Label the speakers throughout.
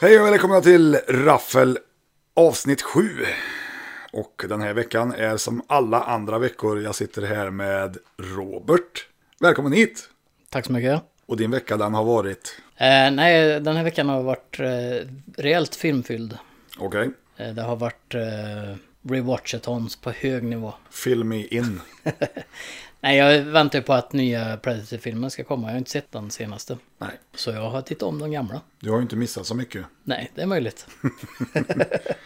Speaker 1: Hej och välkomna till Raffel avsnitt 7. Och den här veckan är som alla andra veckor. Jag sitter här med Robert. Välkommen hit!
Speaker 2: Tack så mycket.
Speaker 1: Och din vecka den har varit...
Speaker 2: Eh, nej, den här veckan har varit eh, rejält filmfylld.
Speaker 1: Okej.
Speaker 2: Eh, det har varit eh, rewatchatons på hög nivå.
Speaker 1: Fill me in.
Speaker 2: Nej, jag väntar ju på att nya Predator-filmen ska komma. Jag har inte sett den senaste.
Speaker 1: Nej,
Speaker 2: Så jag har tittat om de gamla.
Speaker 1: du har ju inte missat så mycket.
Speaker 2: Nej, det är möjligt.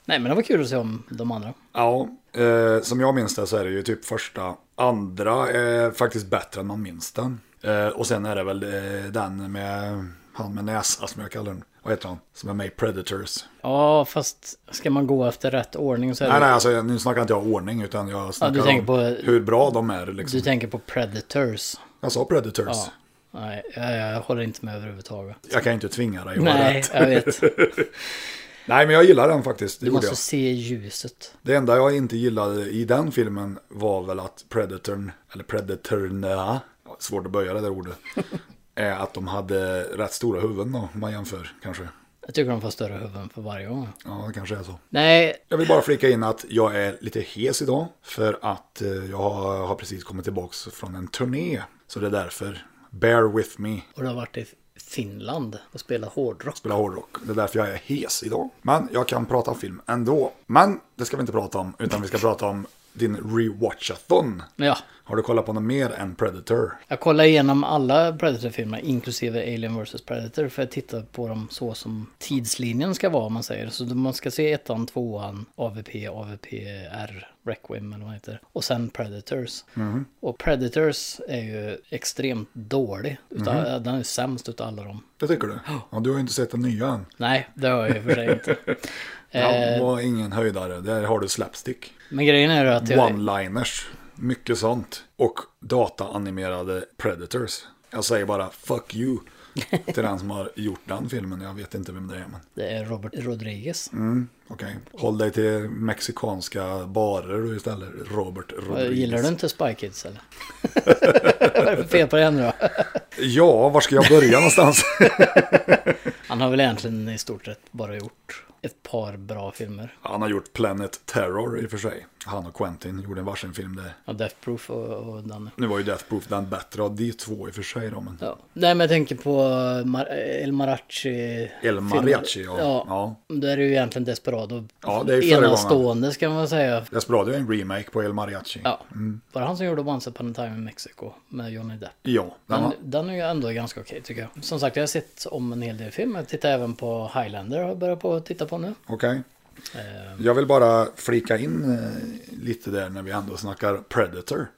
Speaker 2: nej, men det var kul att se om de andra.
Speaker 1: Ja, eh, som jag minns det så är det ju typ första, andra är faktiskt bättre än man minns den. Eh, och sen är det väl eh, den med han med näsa som jag kallar den. Vad heter han? Som är med i Predators.
Speaker 2: Ja, fast ska man gå efter rätt ordning så är
Speaker 1: Nej, nej,
Speaker 2: det...
Speaker 1: alltså, nu snackar inte jag ordning utan jag snackar
Speaker 2: tänker
Speaker 1: om
Speaker 2: på- eh,
Speaker 1: hur bra de är. Liksom.
Speaker 2: Du tänker på Predators.
Speaker 1: Jag sa Predators.
Speaker 2: Ja. Nej, jag, jag håller inte med överhuvudtaget.
Speaker 1: Jag kan ju inte tvinga dig att vara
Speaker 2: Nej,
Speaker 1: rätt.
Speaker 2: jag vet.
Speaker 1: Nej, men jag gillar den faktiskt. Det,
Speaker 2: Du
Speaker 1: gjorde
Speaker 2: måste
Speaker 1: jag.
Speaker 2: se ljuset.
Speaker 1: det enda jag inte gillade i den filmen var väl att Predatorn, eller Predatorna, svårt att böja det där ordet, är att de hade rätt stora huvuden då, om man jämför kanske.
Speaker 2: Jag tycker de får större huvuden för varje gång.
Speaker 1: Ja, det kanske är så.
Speaker 2: Nej,
Speaker 1: Jag vill bara flika in att jag är lite hes idag för att eh, jag har har precis kommit tillbaka från en turné. Så det är därför. Bear with me.
Speaker 2: och du har varit i Finland och spelat hårdrock.
Speaker 1: spela hårdrock. Det är därför jag är hes idag. Men jag kan prata om film ändå. Men det ska vi inte prata om, utan vi ska prata om din rewatchathon.
Speaker 2: Men ja,
Speaker 1: Har du kollat på något mer än Predator?
Speaker 2: jag kollade igenom alla Predator-filmer, inklusive Alien vs Predator, för att titta på dem så som tidslinjen ska vara, om man säger. Så man ska se ettan, tvåan, AVP, AVPR, Requiem eller vad det heter. Och sen Predators. Och Predators är ju extremt dålig. Utan, Den är sämst utav alla dem.
Speaker 1: Det tycker du? Ja, du har ju inte sett den nya än.
Speaker 2: Nej, det har jag i och för sig inte.
Speaker 1: Ja, det
Speaker 2: Eh.
Speaker 1: var ingen höjdare. Där har du slapstick.
Speaker 2: Men grejen är ju att jag...
Speaker 1: One-liners. Mycket sånt. Och dataanimerade Predators. Jag säger bara fuck you. Till den som har gjort den filmen. Jag vet inte vem det är men.
Speaker 2: Det är Robert Rodriguez.
Speaker 1: Okej. Håll dig till mexikanska barer du istället. Robert Rodriguez.
Speaker 2: Eh, Gillar du inte Spy Kids eller? Vad är det för fel på den då?
Speaker 1: Ja, var ska jag börja någonstans?
Speaker 2: Han har väl egentligen i stort sett bara gjort ett par bra filmer.
Speaker 1: Han har gjort Planet Terror i och för sig. Han och Quentin gjorde en varsin film där.
Speaker 2: Ja, Death Proof och, och den.
Speaker 1: Nu var ju Death Proof den bättre av de två i och för sig då, men...
Speaker 2: Ja. Nej, men jag tänker på Mar- El Marachi.
Speaker 1: El Mariachi, ja.
Speaker 2: ja.
Speaker 1: Ja.
Speaker 2: Då är det ju egentligen Desperado.
Speaker 1: Ja, det är ju föregångaren.
Speaker 2: Enastående ska man säga.
Speaker 1: Desperado är en remake på El Mariachi.
Speaker 2: Ja.
Speaker 1: Mm.
Speaker 2: Var det han som gjorde Once upon a time in Mexico med Johnny Depp?
Speaker 1: Ja, den
Speaker 2: Den,
Speaker 1: har...
Speaker 2: den är ju ändå ganska okej tycker jag. Som sagt, jag har sett om en hel del filmer. Jag tittar även på Highlander har jag börjat på att titta på nu.
Speaker 1: Okej.
Speaker 2: Eh,
Speaker 1: Jag vill bara flika in eh, lite där när vi ändå snackar Predator.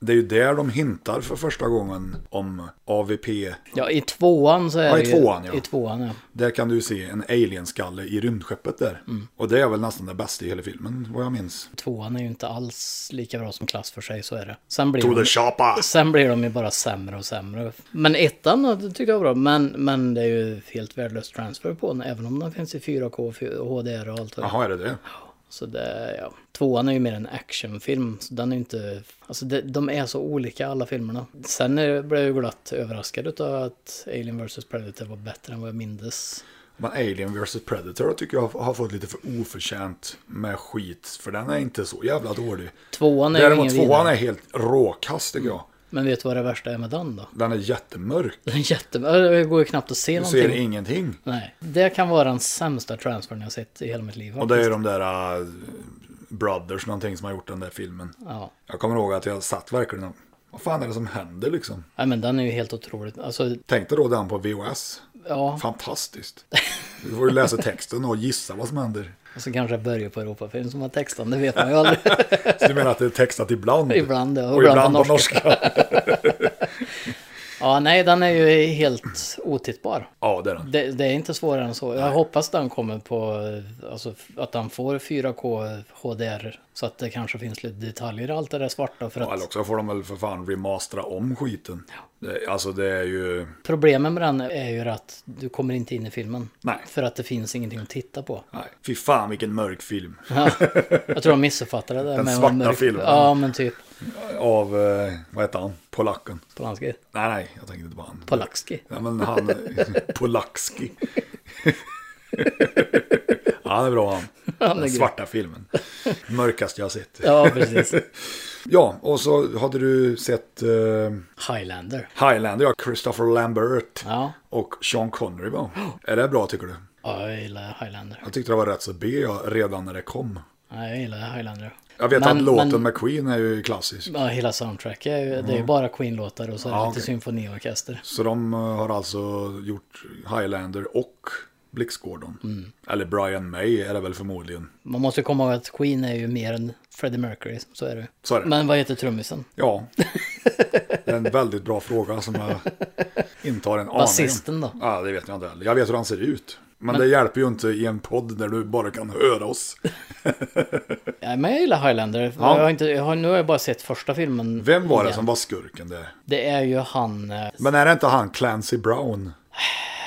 Speaker 1: Det är ju där de hintar för första gången om AVP.
Speaker 2: Ja, i tvåan så är
Speaker 1: Ja, i
Speaker 2: det
Speaker 1: tvåan,
Speaker 2: ju,
Speaker 1: ja.
Speaker 2: I tvåan, ja.
Speaker 1: Där kan du ju se en alienskalle i rymdskeppet där. Och det är väl nästan det bästa i hela filmen, vad jag minns.
Speaker 2: Tvåan är ju inte alls lika bra som klass för sig, så är det. Sen blir,
Speaker 1: To the
Speaker 2: de,
Speaker 1: shoppa!
Speaker 2: sen blir de ju bara sämre och sämre. Men ettan ja, det tyckte jag var bra, men, men det är ju helt värdelös transfer på den, även om den finns i 4K, 4K och HDR och allt vad det är.
Speaker 1: Jaha, är det det?
Speaker 2: Så det, ja. Tvåan är ju mer en actionfilm, så den är inte... Alltså det, de är så olika alla filmerna. Sen är, blev jag ju glatt överraskad av att Alien vs Predator var bättre än vad jag mindes.
Speaker 1: Men Alien vs Predator tycker jag har fått lite för oförtjänt med skit. För den är inte så jävla dålig.
Speaker 2: Tvåan är ju ingen
Speaker 1: Däremot tvåan
Speaker 2: vidare.
Speaker 1: är helt råkast tycker jag.
Speaker 2: Men vet du vad det värsta är med den då?
Speaker 1: Den är jättemörk.
Speaker 2: Den är jätte... Det går ju knappt att se
Speaker 1: Du
Speaker 2: någonting.
Speaker 1: ser ingenting.
Speaker 2: Nej, det kan vara den sämsta transfern jag sett i hela mitt liv.
Speaker 1: Och det är ju de där äh, Brothers någonting som har gjort den där filmen.
Speaker 2: Ja.
Speaker 1: Jag kommer ihåg att jag satt verkligen och, vad fan är det som händer liksom?
Speaker 2: Nej, men den är ju helt otroligt. Alltså,
Speaker 1: Tänkte då den på VHS.
Speaker 2: ja,
Speaker 1: Fantastiskt. Du får ju läsa texten och gissa vad som händer.
Speaker 2: och så Alltså, kanske jag börjar på Europafilm som har texten, det vet man ju aldrig.
Speaker 1: Så du menar att det är textat ibland?
Speaker 2: ibland, ja,
Speaker 1: Och ibland på norska.
Speaker 2: Ja, nej, den är ju helt otittbar.
Speaker 1: Ja, det är den.
Speaker 2: Det, det är inte svårare än så. Jag hoppas den kommer på, alltså att den får 4K HDR. Så att det kanske finns lite detaljer i allt det där svarta. För
Speaker 1: Ja,
Speaker 2: att
Speaker 1: Eller också får de väl för fan remastera om skiten. Det, alltså det är ju...
Speaker 2: problemet med den är ju att du kommer inte in i filmen.
Speaker 1: Nej.
Speaker 2: För att det finns ingenting att titta på.
Speaker 1: Nej. Fy fan vilken mörk film.
Speaker 2: Ja, jag tror de missuppfattade det.
Speaker 1: Den
Speaker 2: med
Speaker 1: svarta
Speaker 2: mörk-
Speaker 1: filmen.
Speaker 2: Ja, men typ.
Speaker 1: Av, eh, vad heter han? Polacken.
Speaker 2: Polanski.
Speaker 1: Nej, nej, jag tänkte inte på han. eh,
Speaker 2: Polanski.
Speaker 1: Ja, men han... Polakski. Ja, det är bra han.
Speaker 2: Han är
Speaker 1: Den
Speaker 2: grym.
Speaker 1: svarta filmen. Mörkaste jag har sett.
Speaker 2: Ja, precis.
Speaker 1: Ja, och så hade du sett eh,
Speaker 2: Highlander.
Speaker 1: Highlander, ja, Christopher Lambert
Speaker 2: Ja.
Speaker 1: och Sean Connery va? Är det bra tycker du?
Speaker 2: ja, jag gillar Highlander.
Speaker 1: Jag tyckte det var rätt så B jag redan när det kom.
Speaker 2: Ja, jag gillar Highlander.
Speaker 1: Jag vet
Speaker 2: Men-
Speaker 1: att låten
Speaker 2: men-
Speaker 1: med Queen är ju klassisk.
Speaker 2: Ja, hela soundtracket, är ju- det är ju bara Queen-låtar och så är det
Speaker 1: Mm. Ja,
Speaker 2: lite
Speaker 1: okej.
Speaker 2: symfoniorkester.
Speaker 1: Så de eh, har alltså gjort Highlander och Blixtgården.
Speaker 2: Mm.
Speaker 1: Eller Brian May är det väl förmodligen.
Speaker 2: Man måste ju komma ihåg att Queen är ju mer än Freddie Mercury, så är det ju.
Speaker 1: Så är det.
Speaker 2: Men vad heter trummisen?
Speaker 1: Ja. Det är en väldigt bra fråga som jag inte har en aning
Speaker 2: Basisten då?
Speaker 1: Ja, det vet jag inte heller. Jag vet hur han ser ut. Men, det hjälper ju inte i en podd där du bara kan höra oss.
Speaker 2: Ja, men jag gillar Highlander.
Speaker 1: Ja.
Speaker 2: Jag har inte, jag har, nu har jag bara sett första filmen.
Speaker 1: Vem var det
Speaker 2: igen.
Speaker 1: som var skurken där?
Speaker 2: Det är ju han... eh,
Speaker 1: Men är det inte han Clancy Brown?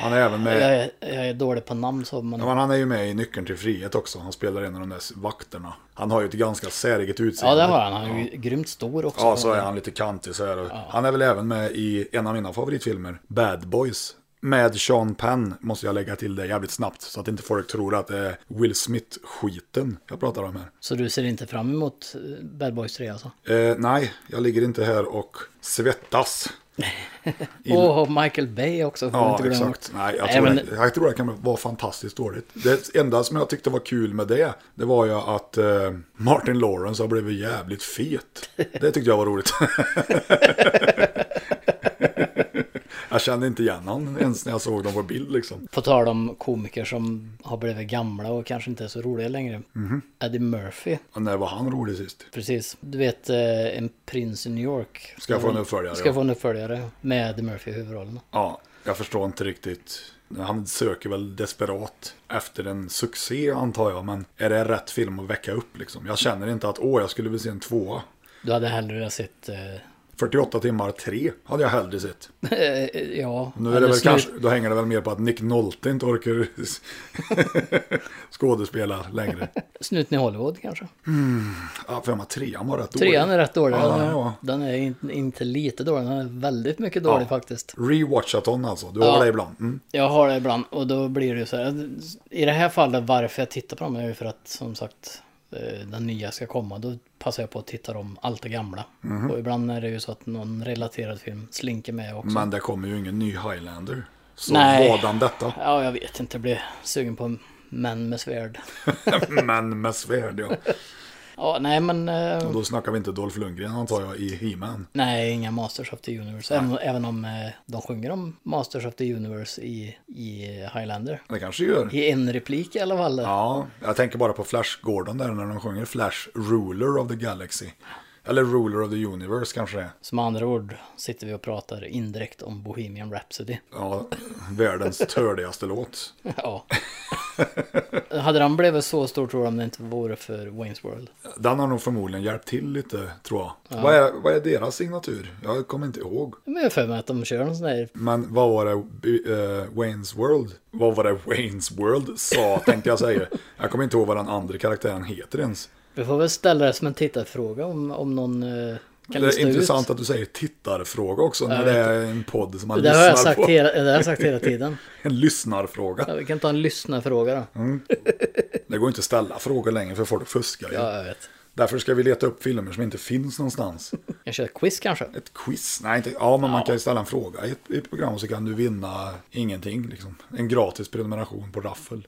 Speaker 1: Han är även
Speaker 2: Jag
Speaker 1: med...
Speaker 2: är, jag är dålig på namn så, men...
Speaker 1: Ja, men han är ju med i Nyckeln till frihet också. Han spelar en av de där vakterna. Han har ju ett ganska säreget
Speaker 2: Ja,
Speaker 1: utseende.
Speaker 2: det har han. Han är ju grymt stor också.
Speaker 1: Ja, så är han lite kantig så här. Han är väl även med i en av mina favoritfilmer, Bad Boys. Med Sean Penn måste jag lägga till det jävligt snabbt så att inte folk tror att det är Will Smith-skiten jag pratar om här.
Speaker 2: Så du ser inte fram emot eh, Bad Boys 3 alltså?
Speaker 1: Eh, nej, jag ligger inte här och svettas. I-
Speaker 2: Och Michael Bay också. får vi
Speaker 1: Ja,
Speaker 2: inte glömma.
Speaker 1: exakt. Nej, jag,
Speaker 2: Nej,
Speaker 1: tror
Speaker 2: men-
Speaker 1: det, jag tror det kan vara fantastiskt dåligt. Det enda som jag tyckte var kul med det, det var ju att eh, Martin Lawrence har blivit jävligt fet. Det tyckte jag var roligt. jag kände inte igen honom ens när jag såg dem på bild liksom.
Speaker 2: På tal om komiker som har blivit gamla och kanske inte är så roliga längre.
Speaker 1: Mhm.
Speaker 2: Eddie Murphy,
Speaker 1: Och när var han rolig sist?
Speaker 2: precis. Du vet eh, en prins i New York.
Speaker 1: Ska jag få en uppföljare?
Speaker 2: Mm. Ska få en uppföljare med Eddie Murphy i huvudrollen.
Speaker 1: Ja, jag förstår inte riktigt. Han söker väl desperat efter en succé antar jag, men är det rätt film att väcka upp liksom? Jag känner inte att åh, jag skulle vilja se en tvåa.
Speaker 2: Du hade hellre sett... Eh,
Speaker 1: 48 timmar 3 hade jag hellre sett.
Speaker 2: ja.
Speaker 1: Nu är
Speaker 2: eller
Speaker 1: det väl
Speaker 2: slut-
Speaker 1: kanske, då hänger det väl mer på att Nick Nolte inte orkar skådespela längre.
Speaker 2: Snuten i Hollywood kanske.
Speaker 1: Ja, för jag menar, trean var rätt
Speaker 2: Trean
Speaker 1: dålig.
Speaker 2: är rätt dålig.
Speaker 1: Ja,
Speaker 2: den,
Speaker 1: den
Speaker 2: är,
Speaker 1: är bra.
Speaker 2: den är inte, inte lite dålig, den är väldigt mycket dålig
Speaker 1: Ja.
Speaker 2: faktiskt.
Speaker 1: Rewatchaton alltså, du
Speaker 2: Ja.
Speaker 1: har det ibland. Mm.
Speaker 2: Jag har det ibland och då blir det ju så här. I det här fallet varför jag tittar på dem är ju för att som sagt eh, den nya ska komma. Då passar jag på att titta om allt det gamla. Och ibland är det ju så att någon relaterad film slinker med också.
Speaker 1: Men det kommer ju ingen ny Highlander. Så
Speaker 2: Nej.
Speaker 1: vadan detta.
Speaker 2: Ja, jag vet inte. Jag blir sugen på män med svärd.
Speaker 1: Men med svärd ja.
Speaker 2: Ja, nej men... Eh,
Speaker 1: Och då snackar vi inte Dolph Lundgren antar jag i He-Man.
Speaker 2: nej, inga Masters of the Universe. Även, även om eh, de sjunger om Masters of the Universe i, i Highlander.
Speaker 1: Det kanske gör.
Speaker 2: I en replik i alla fall.
Speaker 1: Ja, jag tänker bara på Flash Gordon där när de sjunger Flash Ruler of the Galaxy. Eller Ruler of the Universe kanske det är.
Speaker 2: Som andra ord sitter vi och pratar indirekt om Bohemian Rhapsody.
Speaker 1: Ja, världens tördigaste låt.
Speaker 2: Ja. Hade den blivit så stor tror jag om det inte vore för Wayne's World.
Speaker 1: Den har nog förmodligen hjälpt till lite, tror jag. Vad, är, vad är deras signatur? Jag kommer inte ihåg.
Speaker 2: Men jag har för mig att de kör en sån här...
Speaker 1: Men vad var det eh, Wayne's World? Vad var det Wayne's World sa, tänkte jag säga. Jag kommer inte ihåg vad den andra karaktären heter ens.
Speaker 2: Vi får väl ställa det som en tittarfråga om, om någon eh, kan
Speaker 1: det
Speaker 2: lista
Speaker 1: är intressant
Speaker 2: ut.
Speaker 1: att du säger tittarfråga också, när det är en podd som man
Speaker 2: Det har, jag
Speaker 1: lyssnar
Speaker 2: sagt
Speaker 1: på.
Speaker 2: hela, det har jag sagt hela tiden.
Speaker 1: En lyssnarfråga.
Speaker 2: Ja, vi kan ta en lyssnarfråga då.
Speaker 1: Mm. Det går inte att ställa frågor längre för folk fuskar ju.
Speaker 2: Ja, jag vet.
Speaker 1: Därför ska vi leta upp filmer som inte finns någonstans.
Speaker 2: Jag kör ett quiz kanske.
Speaker 1: Ett quiz? Nej, inte, ja, men man kan ju ställa en fråga i ett, i ett program så kan du vinna ingenting. Liksom. En gratis prenumeration på Raffel.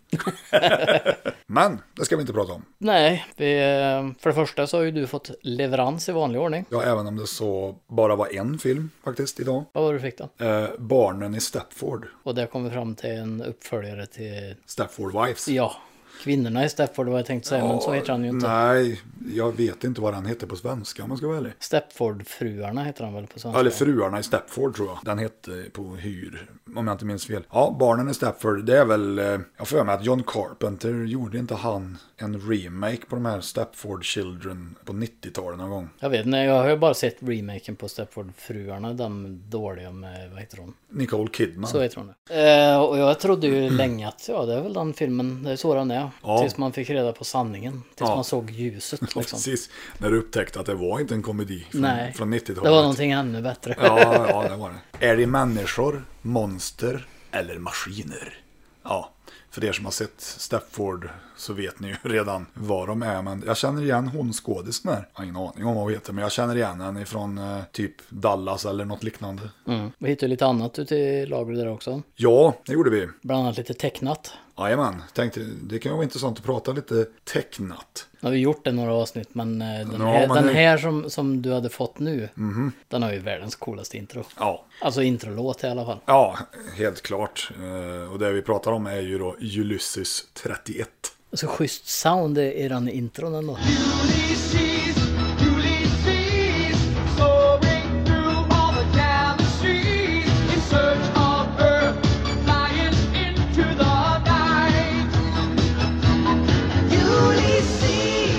Speaker 1: men det ska vi inte prata om.
Speaker 2: Nej, vi, eh, för det första så har ju du fått leverans i vanlig ordning.
Speaker 1: Ja, även om det så bara var en film faktiskt idag.
Speaker 2: Vad var det du fick då?
Speaker 1: Eh, Barnen i Stepford.
Speaker 2: Och där kom vi fram till en uppföljare till...
Speaker 1: Stepford Wives.
Speaker 2: Ja, kvinnorna i Stepford var jag tänkt säga, men så heter han ju inte.
Speaker 1: Nej, jag vet inte vad den heter på svenska om jag ska vara ärlig.
Speaker 2: Stepford-fruarna heter han väl på svenska?
Speaker 1: Eller Fruarna i Stepford tror jag. Den hette på hyr, om jag inte minns fel. Ja, Barnen i Stepford, det är väl... eh, Jag har för mig att John Carpenter, gjorde inte han en remake på de här Stepford Children på 90-talet någon gång?
Speaker 2: Jag vet inte, jag har ju bara sett remaken på Stepford-fruarna, den dåliga med, vad heter hon?
Speaker 1: Nicole Kidman.
Speaker 2: Så heter hon nu. Eh, och jag trodde ju länge att, ja det är väl den filmen, det är så den är.
Speaker 1: Ja.
Speaker 2: Tills man fick reda på sanningen, tills
Speaker 1: Ja.
Speaker 2: man såg ljuset liksom.
Speaker 1: Precis, när du upptäckte att det var inte en komedi från,
Speaker 2: Nej,
Speaker 1: från 90-talet.
Speaker 2: det var någonting ännu bättre.
Speaker 1: Ja, ja, det var det. Är det människor, monster eller maskiner? Ja, för er som har sett Stepford så vet ni ju redan vad de är. Men jag känner igen hon skådisen här. Jag har ingen aning om vad hon heter, men jag känner igen henne ifrån eh, typ Dallas eller något liknande.
Speaker 2: Mm. Vi hittade lite annat ute i lagret där också.
Speaker 1: Ja, det gjorde vi.
Speaker 2: Bland annat lite tecknat.
Speaker 1: Jajamän, tänkte det kan ju vara intressant att prata lite tecknat.
Speaker 2: Nu har vi gjort det några avsnitt, men eh, den
Speaker 1: Ja,
Speaker 2: här,
Speaker 1: men
Speaker 2: den
Speaker 1: nu- Mhm.
Speaker 2: här som, som du hade fått nu, den har ju världens coolaste intro.
Speaker 1: Ja,
Speaker 2: Alltså introlåt i alla fall.
Speaker 1: ja helt klart. Eh, Och det vi pratar om är ju då Ulysses 31.
Speaker 2: Så schysst sound i den intron ändå.
Speaker 3: Ulysses, Ulysses, soaring through all the galaxies in search of Earth, flying into the night.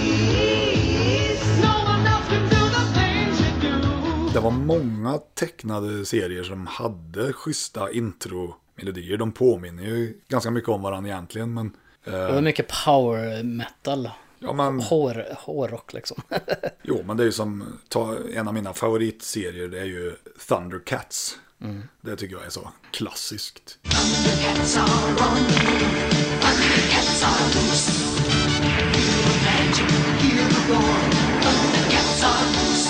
Speaker 3: Ulysses, no one else can do the things you do.
Speaker 1: Det var många tecknade serier som hade schyssta intro-melodier. De påminner ju ganska mycket om varandra egentligen, men...
Speaker 2: Det var mycket power metal.
Speaker 1: Ja, men
Speaker 2: Hår, hårrock liksom.
Speaker 1: Jo, men det är ju som, ta, en av mina favoritserier det är ju Thundercats. Det tycker jag är så klassiskt.
Speaker 4: Cats are on you. Thundercats are loose. Feel the magic, hear the roar. Thundercats are loose.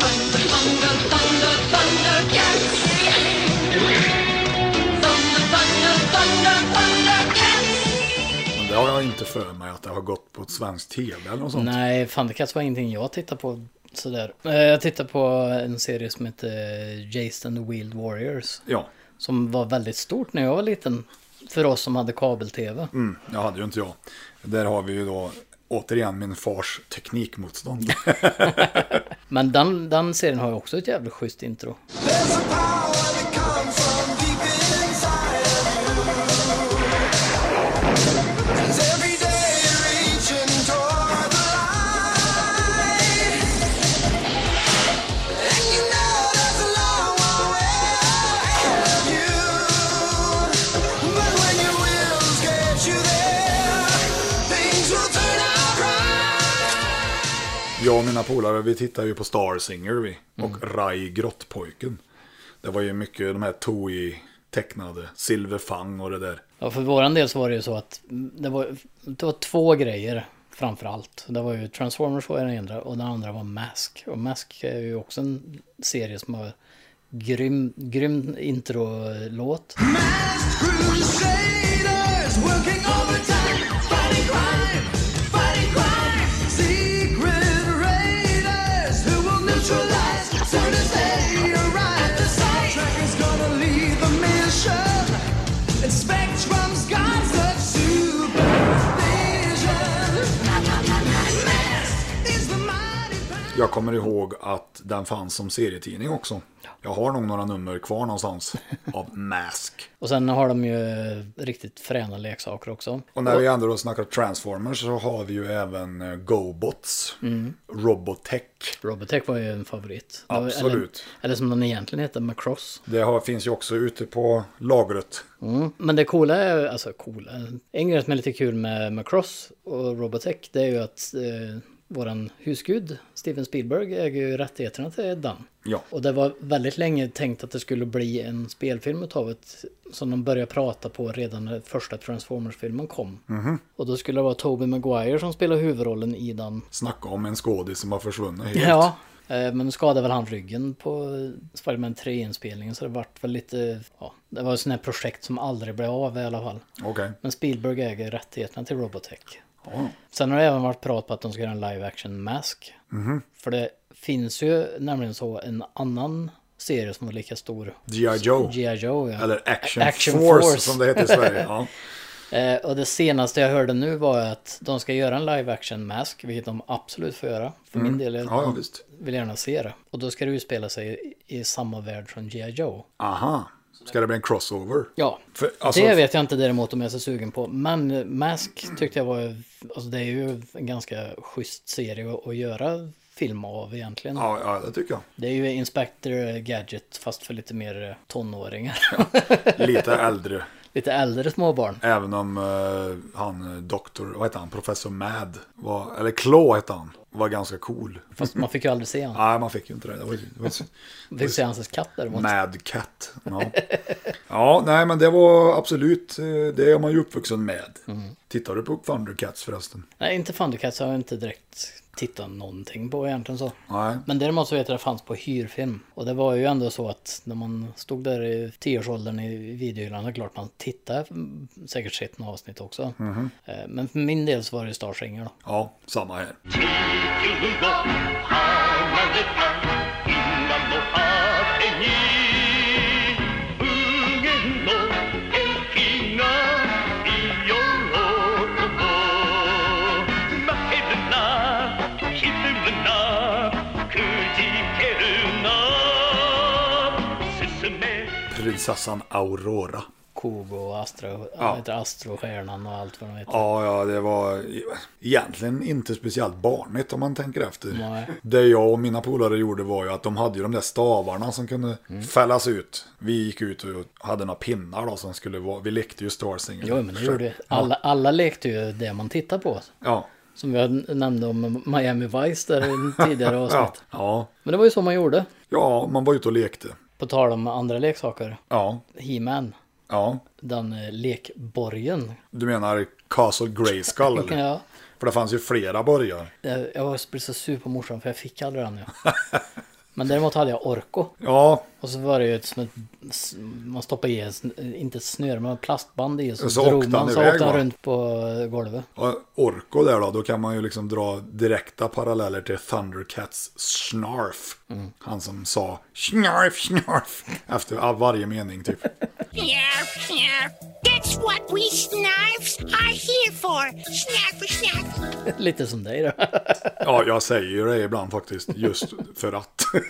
Speaker 4: Thunder, thunder, thunder, Thundercats. Thunder, thunder, thunder, Thundercats.
Speaker 1: Men det har jag inte för mig att det har gått på ett svenskt tv eller något sånt.
Speaker 2: Nej, Thundercats var ingenting jag tittade på sådär. Eh, Jag tittade på en serie som heter Jason and the Wild Warriors.
Speaker 1: Ja,
Speaker 2: Som var väldigt stort när jag var liten. För oss som hade kabel-tv.
Speaker 1: mm, jag hade ju inte jag. Där har vi ju då återigen min fars teknikmotstånd.
Speaker 2: Men den, den serien har ju också ett jävligt schysst intro.
Speaker 5: There's a power that comes from deep inside of you. Cause every day you're reaching toward the light. And you know there's a long, long way ahead of you. But when your wills get you there, things will turn out right.
Speaker 1: jag och mina polare vi tittar ju på Star Singer vi. Och Rai Grottpojken. Det var ju mycket de här Toei tecknade, Silverfang och det där.
Speaker 2: Ja, för våran del så var det ju så att mm, det var, det var två grejer framför allt. Det var ju Transformers var den ena och den andra var Mask. Och Mask är ju också en serie som har grym, grym introlåt.
Speaker 5: Masked crusaders working overtime, fighting crime, fighting crime. Secret raiders who will neutralize soon as they arrive at the site. Tracker's gonna lead the mission, and Spectrum's got such supervision. Masked is the mighty power.
Speaker 1: Jag kommer ihåg att den fanns som serietidning också. Jag har nog några nummer kvar någonstans av Mask.
Speaker 2: Och sen har de ju riktigt fräna leksaker också.
Speaker 1: Och när vi ändå då snackar Transformers så har vi ju även eh, GoBots, Robotech.
Speaker 2: Robotech var ju en favorit.
Speaker 1: Absolut.
Speaker 2: Eller, eller som den egentligen heter, Macross.
Speaker 1: Det har, finns ju också ute på lagret.
Speaker 2: Men det coola är, alltså coola, en grej som är lite kul med Macross och Robotech det är ju att eh, våran husgud Steven Spielberg äger ju rättigheterna till den.
Speaker 1: Ja.
Speaker 2: Och det var väldigt länge tänkt att det skulle bli en spelfilm utav ett som de började prata på redan när första Transformers-filmen kom. Och då skulle det vara Tobey Maguire som spelade huvudrollen i den.
Speaker 1: Snacka om en skådis som har försvunnit helt.
Speaker 2: Ja, eh, men nu skadade väl han ryggen på Spiderman 3-inspelningen så det vart väl lite, ja, det var ett sånt här projekt som aldrig blev av i alla fall.
Speaker 1: Okej.
Speaker 2: Men Spielberg äger rättigheterna till Robotech.
Speaker 1: Ja.
Speaker 2: Sen har det även varit prat på att de ska göra en live action mask.
Speaker 1: Mhm.
Speaker 2: För det finns ju nämligen så en annan serie som var lika stor.
Speaker 1: G.I. Joe.
Speaker 2: G.I. Joe ja.
Speaker 1: Eller Action,
Speaker 2: Action
Speaker 1: Force,
Speaker 2: Force.
Speaker 1: som det heter i Sverige. Ja.
Speaker 2: Eh, och det senaste jag hörde nu var att de ska göra en live action mask, vilket de absolut får göra. För min del, jag
Speaker 1: Mm. Ja, ja, visst.
Speaker 2: vill gärna se det. Och då ska det ju spela sig i, i samma värld som G.I. Joe.
Speaker 1: Aha. Ska det bli en crossover?
Speaker 2: Ja,
Speaker 1: För, alltså-
Speaker 2: det vet jag inte däremot om jag är så sugen på. Men eh, Mask tyckte jag var, alltså det är ju en ganska schysst serie att- att göra film av egentligen.
Speaker 1: Ja, ja, det tycker jag.
Speaker 2: Det är ju Inspector Gadget fast för lite mer eh, tonåringar.
Speaker 1: Lite äldre.
Speaker 2: lite äldre småbarn.
Speaker 1: Även om eh, han eh, doktor, vad heter han, professor Mad, var, eller Claw hette han. var ganska cool.
Speaker 2: Fast man fick ju aldrig se honom.
Speaker 1: Nej, man fick ju inte det. det, var, det var,
Speaker 2: Man fick se hans katt däremot.
Speaker 1: Mad Cat. Ja. ja, nej men det var absolut, eh, det är man ju uppvuxen med.
Speaker 2: Mm.
Speaker 1: Tittar du på Thundercats förresten?
Speaker 2: Nej, inte Thundercats har jag inte direkt tittat någonting på egentligen så.
Speaker 1: Nej.
Speaker 2: Men däremot så vet jag att det fanns på hyrfilm. Och det var ju ändå så att när man stod där i tioårsåldern i videohyllan, det är klart man tittade mm, säkert sett några avsnitt också.
Speaker 1: Mhm.
Speaker 2: Eh, Men för min del så var det ju Star Singer då.
Speaker 1: Ja, samma här. Prinsessan Aurora.
Speaker 2: Kogo och Astra,
Speaker 1: Ja.
Speaker 2: vad heter det? Astrostjärnan och allt vad de heter.
Speaker 1: Ja, ja, det var egentligen inte speciellt barnigt om man tänker efter.
Speaker 2: Nej.
Speaker 1: Det jag och mina polare gjorde var ju att de hade ju de där stavarna som kunde
Speaker 2: Mm.
Speaker 1: fällas ut. Vi gick ut och hade några pinnar då som skulle vara, vi lekte ju Star Singer.
Speaker 2: Jo, men det gjorde ju. Alla, alla lekte ju det man tittar på.
Speaker 1: Ja.
Speaker 2: Som jag n- nämnde om Miami Vice där i en tidigare
Speaker 1: Ja.
Speaker 2: avsnitt.
Speaker 1: ja,
Speaker 2: Men det var ju så man gjorde.
Speaker 1: ja, man var ute och lekte.
Speaker 2: På tal om andra leksaker.
Speaker 1: Ja,
Speaker 2: He-Man.
Speaker 1: ja.
Speaker 2: Den eh, lekborgen.
Speaker 1: Du menar Castle Grayskull eller?
Speaker 2: Ja.
Speaker 1: För det fanns ju flera borgar.
Speaker 2: Jag jag var blev så sur på morsan för jag fick aldrig den. Ja. Men däremot hade jag Orko.
Speaker 1: Ja,
Speaker 2: Och så var det ju ett, som ett, man stoppade i, en sn- inte ett snöre, men ett plastband i. Och så,
Speaker 1: Så
Speaker 2: drog
Speaker 1: åkte
Speaker 2: man
Speaker 1: han
Speaker 2: så
Speaker 1: iväg,
Speaker 2: åkte han
Speaker 1: va?
Speaker 2: runt på golvet.
Speaker 1: och Orko där då, då kan man ju liksom dra direkta paralleller till Thundercats Snarf. Han som sa Snarf, Snarf efter all- varje mening typ.
Speaker 6: Snarf, snarf. That's what we snarfs are here for. Snarf, snarf.
Speaker 2: Lite som dig då.
Speaker 1: Ja, jag säger ju det ibland faktiskt, just för att.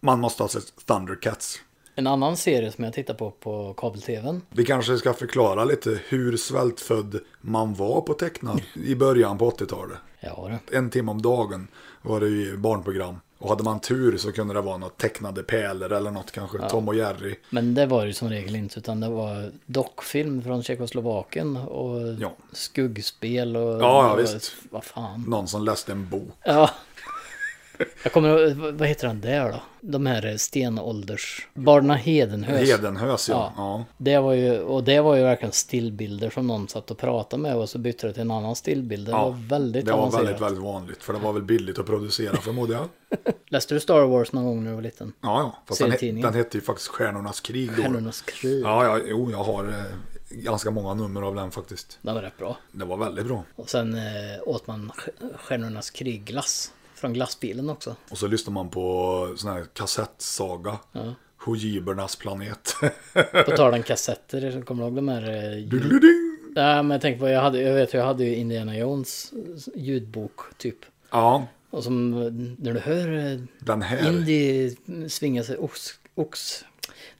Speaker 1: man måste ha sett Thundercats.
Speaker 2: En annan serie som jag tittar på på kabel-tvn.
Speaker 1: Vi kanske ska förklara lite hur svältfödd man var på tecknad i början på 80-talet.
Speaker 2: Ja, det.
Speaker 1: en timme om dagen var det ju barnprogram. Och hade man tur så kunde det vara något tecknade pärlor eller något kanske. Tom och Jerry.
Speaker 2: Men det var det ju som regel inte, utan det var dockfilm från Tjeckoslovakien och
Speaker 1: Ja.
Speaker 2: skuggspel och...
Speaker 1: ja,
Speaker 2: och,
Speaker 1: visst.
Speaker 2: Vad fan.
Speaker 1: Någon som läste en bok.
Speaker 2: Ja. Jag kommer ihåg- vad- vad heter den där då? De här stenålders... Barna Hedenhös.
Speaker 1: Hedenhös ja.
Speaker 2: Ja.
Speaker 1: ja.
Speaker 2: Det var ju, och det var ju verkligen stillbilder som någon satt och pratade med och så bytte det till en annan stillbild. Det
Speaker 1: Ja,
Speaker 2: var väldigt
Speaker 1: Det var
Speaker 2: avancerat.
Speaker 1: väldigt, väldigt vanligt. För det var väl billigt att producera förmodar jag.
Speaker 2: Läste du Star Wars någon gång när du var liten?
Speaker 1: Ja, ja. Fast den, he-
Speaker 2: Serietidningen.
Speaker 1: den hette ju faktiskt Stjärnornas krig då.
Speaker 2: Stjärnornas krig.
Speaker 1: Ja, ja. Jo, jag har eh, ganska många nummer av den faktiskt.
Speaker 2: Den var rätt bra.
Speaker 1: Det var väldigt bra.
Speaker 2: Och sen eh, åt man Sk- Stjärnornas krig-glass. Från glassbilen också.
Speaker 1: Och så lyssnade man på sån här kassettsaga. Ja. Hojibernas planet.
Speaker 2: På tal om kassetter, kommer du ihåg de här... eh, ljud-
Speaker 1: Dudududing.
Speaker 2: Nej, men jag tänker på, jag, hade, jag vet ju, jag hade ju Indiana Jones eh, ljudbok typ.
Speaker 1: ja,
Speaker 2: Och som, eh, när du hör eh,
Speaker 1: den här.
Speaker 2: Indie svinga sig ox, ox.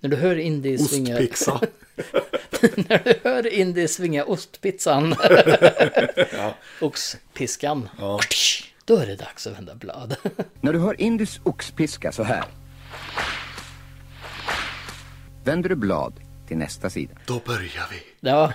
Speaker 2: När du hör Indie svinga...
Speaker 1: Ostpizza.
Speaker 2: När du hör Indie svinga ostpizzan. Oxpiskan. Då är det dags att vända blad.
Speaker 7: När du hör Indus oxpiska så här. Vänder du blad till nästa sida.
Speaker 1: Då börjar vi.
Speaker 2: Det var,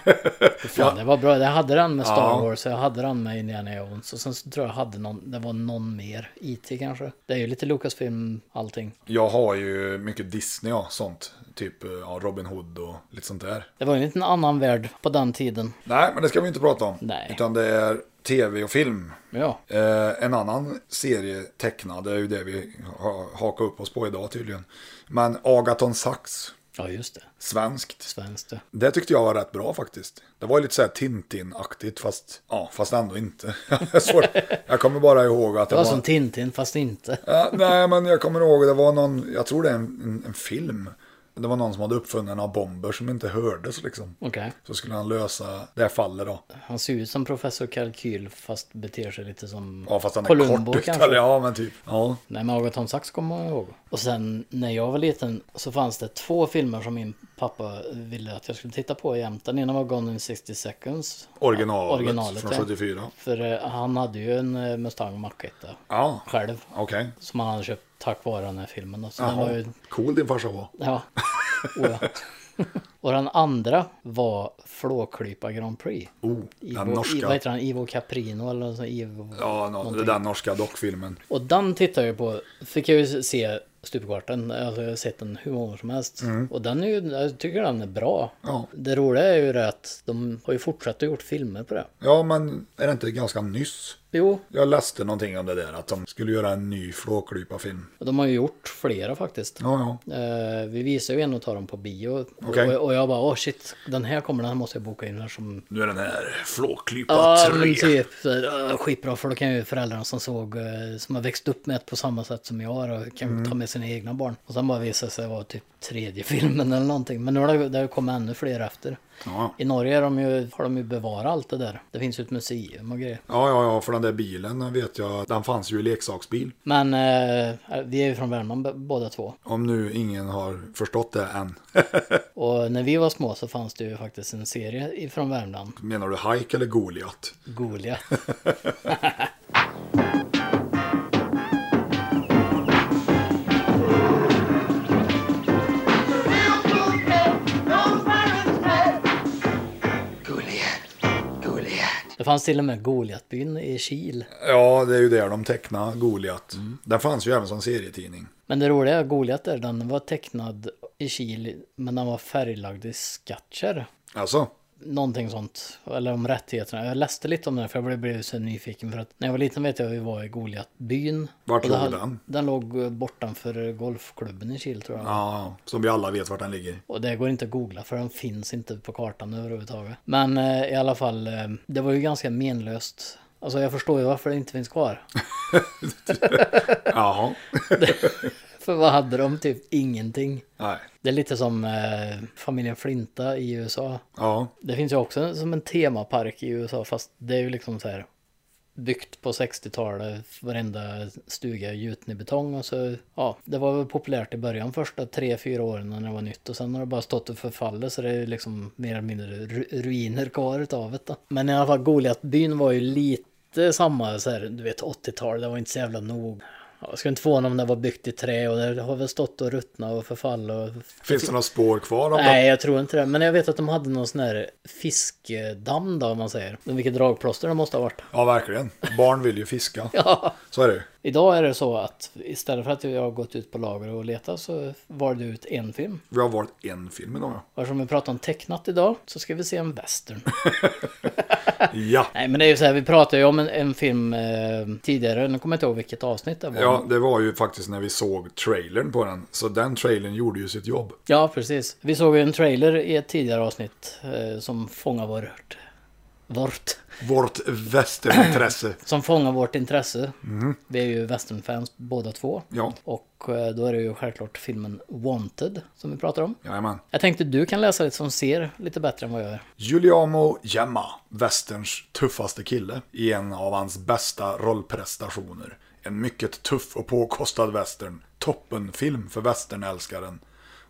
Speaker 2: fan, det var bra. Jag hade den med Star Wars och jag hade den med Indiana Jones. Och sen så tror jag jag hade någon, det var någon mer. IT kanske. Det är ju lite Lucasfilm allting.
Speaker 1: Jag har ju mycket Disney och sånt. Typ eh, ja, Robin Hood och lite sånt där.
Speaker 2: Det var ju en liten annan värld på den tiden.
Speaker 1: Nej, men det ska vi inte prata om.
Speaker 2: Nej.
Speaker 1: Utan det är tv och film.
Speaker 2: Ja,
Speaker 1: Eh, en annan serie tecknad, det är ju det vi ha, hakar upp oss på idag tydligen. Men Agaton Sax,
Speaker 2: ja just det.
Speaker 1: svenskt.
Speaker 2: Svenskt det.
Speaker 1: Det tyckte jag var rätt bra faktiskt. Det var ju lite såhär Tintin-aktigt fast, ja, fast ändå inte. Svårt. Jag kommer bara ihåg att det
Speaker 2: Det var
Speaker 1: var...
Speaker 2: som Tintin fast inte.
Speaker 1: Ja, nej, men jag kommer ihåg, det var någon, jag tror det är en, en, en film. Det var någon som hade uppfunnit några bomber som inte hördes liksom.
Speaker 2: Okej.
Speaker 1: Så skulle han lösa det här fallet då.
Speaker 2: Han ser ut som professor Kalkyl fast beter sig lite som
Speaker 1: Ja, fast han är
Speaker 2: Columbo
Speaker 1: kort
Speaker 2: kanske.
Speaker 1: kanske. Ja, men typ. Ja,
Speaker 2: Nej men Agaton Sax kommer jag ihåg. Och sen när jag var liten så fanns det två filmer som min pappa ville att jag skulle titta på jämt. Den ena var Gone in 60 seconds.
Speaker 1: originalet,
Speaker 2: Ja, originalet
Speaker 1: från
Speaker 2: ja.
Speaker 1: 74.
Speaker 2: För eh, han hade ju en eh, Mustang Mach 1 där,
Speaker 1: Ja,
Speaker 2: själv.
Speaker 1: okej.
Speaker 2: Som han hade köpt tack vare den här filmen. då. Så den var
Speaker 1: Jaha.
Speaker 2: ju...
Speaker 1: Cool din farsa var.
Speaker 2: Ja. Oh, ja. Och den andra var Flåklypa Grand Prix.
Speaker 1: Oh,
Speaker 2: Ivo,
Speaker 1: den norska.
Speaker 2: Vad heter han? Ivo Caprino eller något sånt. Ivo...
Speaker 1: Ja, nå- den där norska dockfilmen.
Speaker 2: Och den tittar jag på, fick jag ju se stupkartan, alltså jag har sett den hur många gånger som helst. Och den är ju, jag tycker den är bra.
Speaker 1: Mm. Ja.
Speaker 2: Det roliga är ju det att de har ju fortsatt att gjort filmer på det.
Speaker 1: Ja, men är det inte ganska nyss?
Speaker 2: Jo,
Speaker 1: Jag läste någonting om det där, att de skulle göra en ny flåklypa-film.
Speaker 2: och de har ju gjort flera faktiskt.
Speaker 1: Ja, ja.
Speaker 2: Eh, vi visar ju en och tar dem på bio.
Speaker 1: Okej.
Speaker 2: Och, och jag bara, åh shit, den här kommer, den här måste jag boka in här som...
Speaker 1: Nu är den här flåklypa
Speaker 2: Ja,
Speaker 1: 3.
Speaker 2: men typ. så här, "Åh, Skitbra, för då kan ju föräldrarna som såg, eh, som har växt upp med det på samma sätt som jag har och kan ta med sina egna barn. Och sen bara visar det sig vara typ tredje filmen eller någonting. Men nu har det, det har kommit ännu fler efter.
Speaker 1: Ja.
Speaker 2: I Norge är de ju, har de ju bevarat allt det där. Det finns ju ett museum och grejer.
Speaker 1: Ja, ja, ja, för den där bilen den vet jag, den fanns ju i leksaksbil.
Speaker 2: Men eh, vi är ju från Värmland b- båda två.
Speaker 1: Om nu ingen har förstått det än.
Speaker 2: Och när vi var små så fanns det ju faktiskt en serie i- från Värmland.
Speaker 1: Menar du Hike eller Goliat?
Speaker 2: Goliat. Det fanns till och med Goliatbyn i Kil.
Speaker 1: Ja, det är ju där de tecknar Goliat. Den fanns ju även som serietidning.
Speaker 2: Men det roliga är Goliat där, den var tecknad i Kil men den var färglagd i skatcher.
Speaker 1: Alltså,
Speaker 2: Någonting sånt, eller om rättigheterna. Jag läste lite om den för jag blev- blev så nyfiken för att när jag var liten vet jag att vi var i Goliatbyn.
Speaker 1: Vart
Speaker 2: Och det
Speaker 1: låg
Speaker 2: hade-
Speaker 1: den?
Speaker 2: Den låg eh, bortanför golfklubben i Kil tror jag.
Speaker 1: ja, som vi alla vet vart den ligger.
Speaker 2: Och det går inte att googla för den finns inte på kartan överhuvudtaget. Men eh, i alla fall, eh, det var ju ganska menlöst. Alltså jag förstår ju varför det inte finns kvar.
Speaker 1: Jaha,
Speaker 2: För vad hade de? Typ ingenting.
Speaker 1: nej.
Speaker 2: Det är lite som eh, familjen Flinta i USA.
Speaker 1: Ja,
Speaker 2: Det finns ju också som en temapark i USA fast det är ju liksom så här byggt på 60-talet, varenda stuga är gjuten i betong och så, ja, det var väl populärt i början första tre fyra åren när det var nytt och sen har det bara stått och förfallit så det är ju liksom mer eller mindre ru- ruiner kvar utav det då. Men i alla fall Goliatbyn var ju lite samma så här, du vet 80-tal, det var inte så jävla nog. Ja, Jag skulle inte förvåna om det var byggt i trä och det har väl stått och ruttnat och förfallit och
Speaker 1: finns det några spår kvar av det?
Speaker 2: Nej, jag tror inte det. Men jag vet att de hade någon sån här fiskdamm då, om man säger. Men Vilket dragplåster det måste ha varit.
Speaker 1: Ja, verkligen. Barn vill ju fiska.
Speaker 2: Ja.
Speaker 1: Så är det ju.
Speaker 2: Idag är det så att istället för att jag har gått ut på lager och letat så var det ut en film.
Speaker 1: Vi har valt en film idag. ja.
Speaker 2: Och som vi pratar om tecknat idag så ska vi se en western.
Speaker 1: Ja,
Speaker 2: Nej, men det är ju så här, vi pratade ju om en, en film eh, tidigare. Nu kommer jag inte ihåg vilket avsnitt det var.
Speaker 1: ja, det var ju faktiskt när vi såg trailern på den. Så den trailern gjorde ju sitt jobb.
Speaker 2: Ja, precis. Vi såg ju en trailer i ett tidigare avsnitt eh, som fångar vårt... Vårt.
Speaker 1: Vårt västernintresse.
Speaker 2: Som fångar vårt intresse. Vi är ju westernfans båda två.
Speaker 1: Mm-hmm. Ja,
Speaker 2: Och eh, då är det ju självklart filmen Wanted som vi pratar om.
Speaker 1: jajamän.
Speaker 2: Jag tänkte du kan läsa lite som ser lite bättre än vad jag gör.
Speaker 1: Giuliano Gemma, västerns tuffaste kille, i en av hans bästa rollprestationer. En mycket tuff och påkostad western. Toppenfilm för westernälskaren.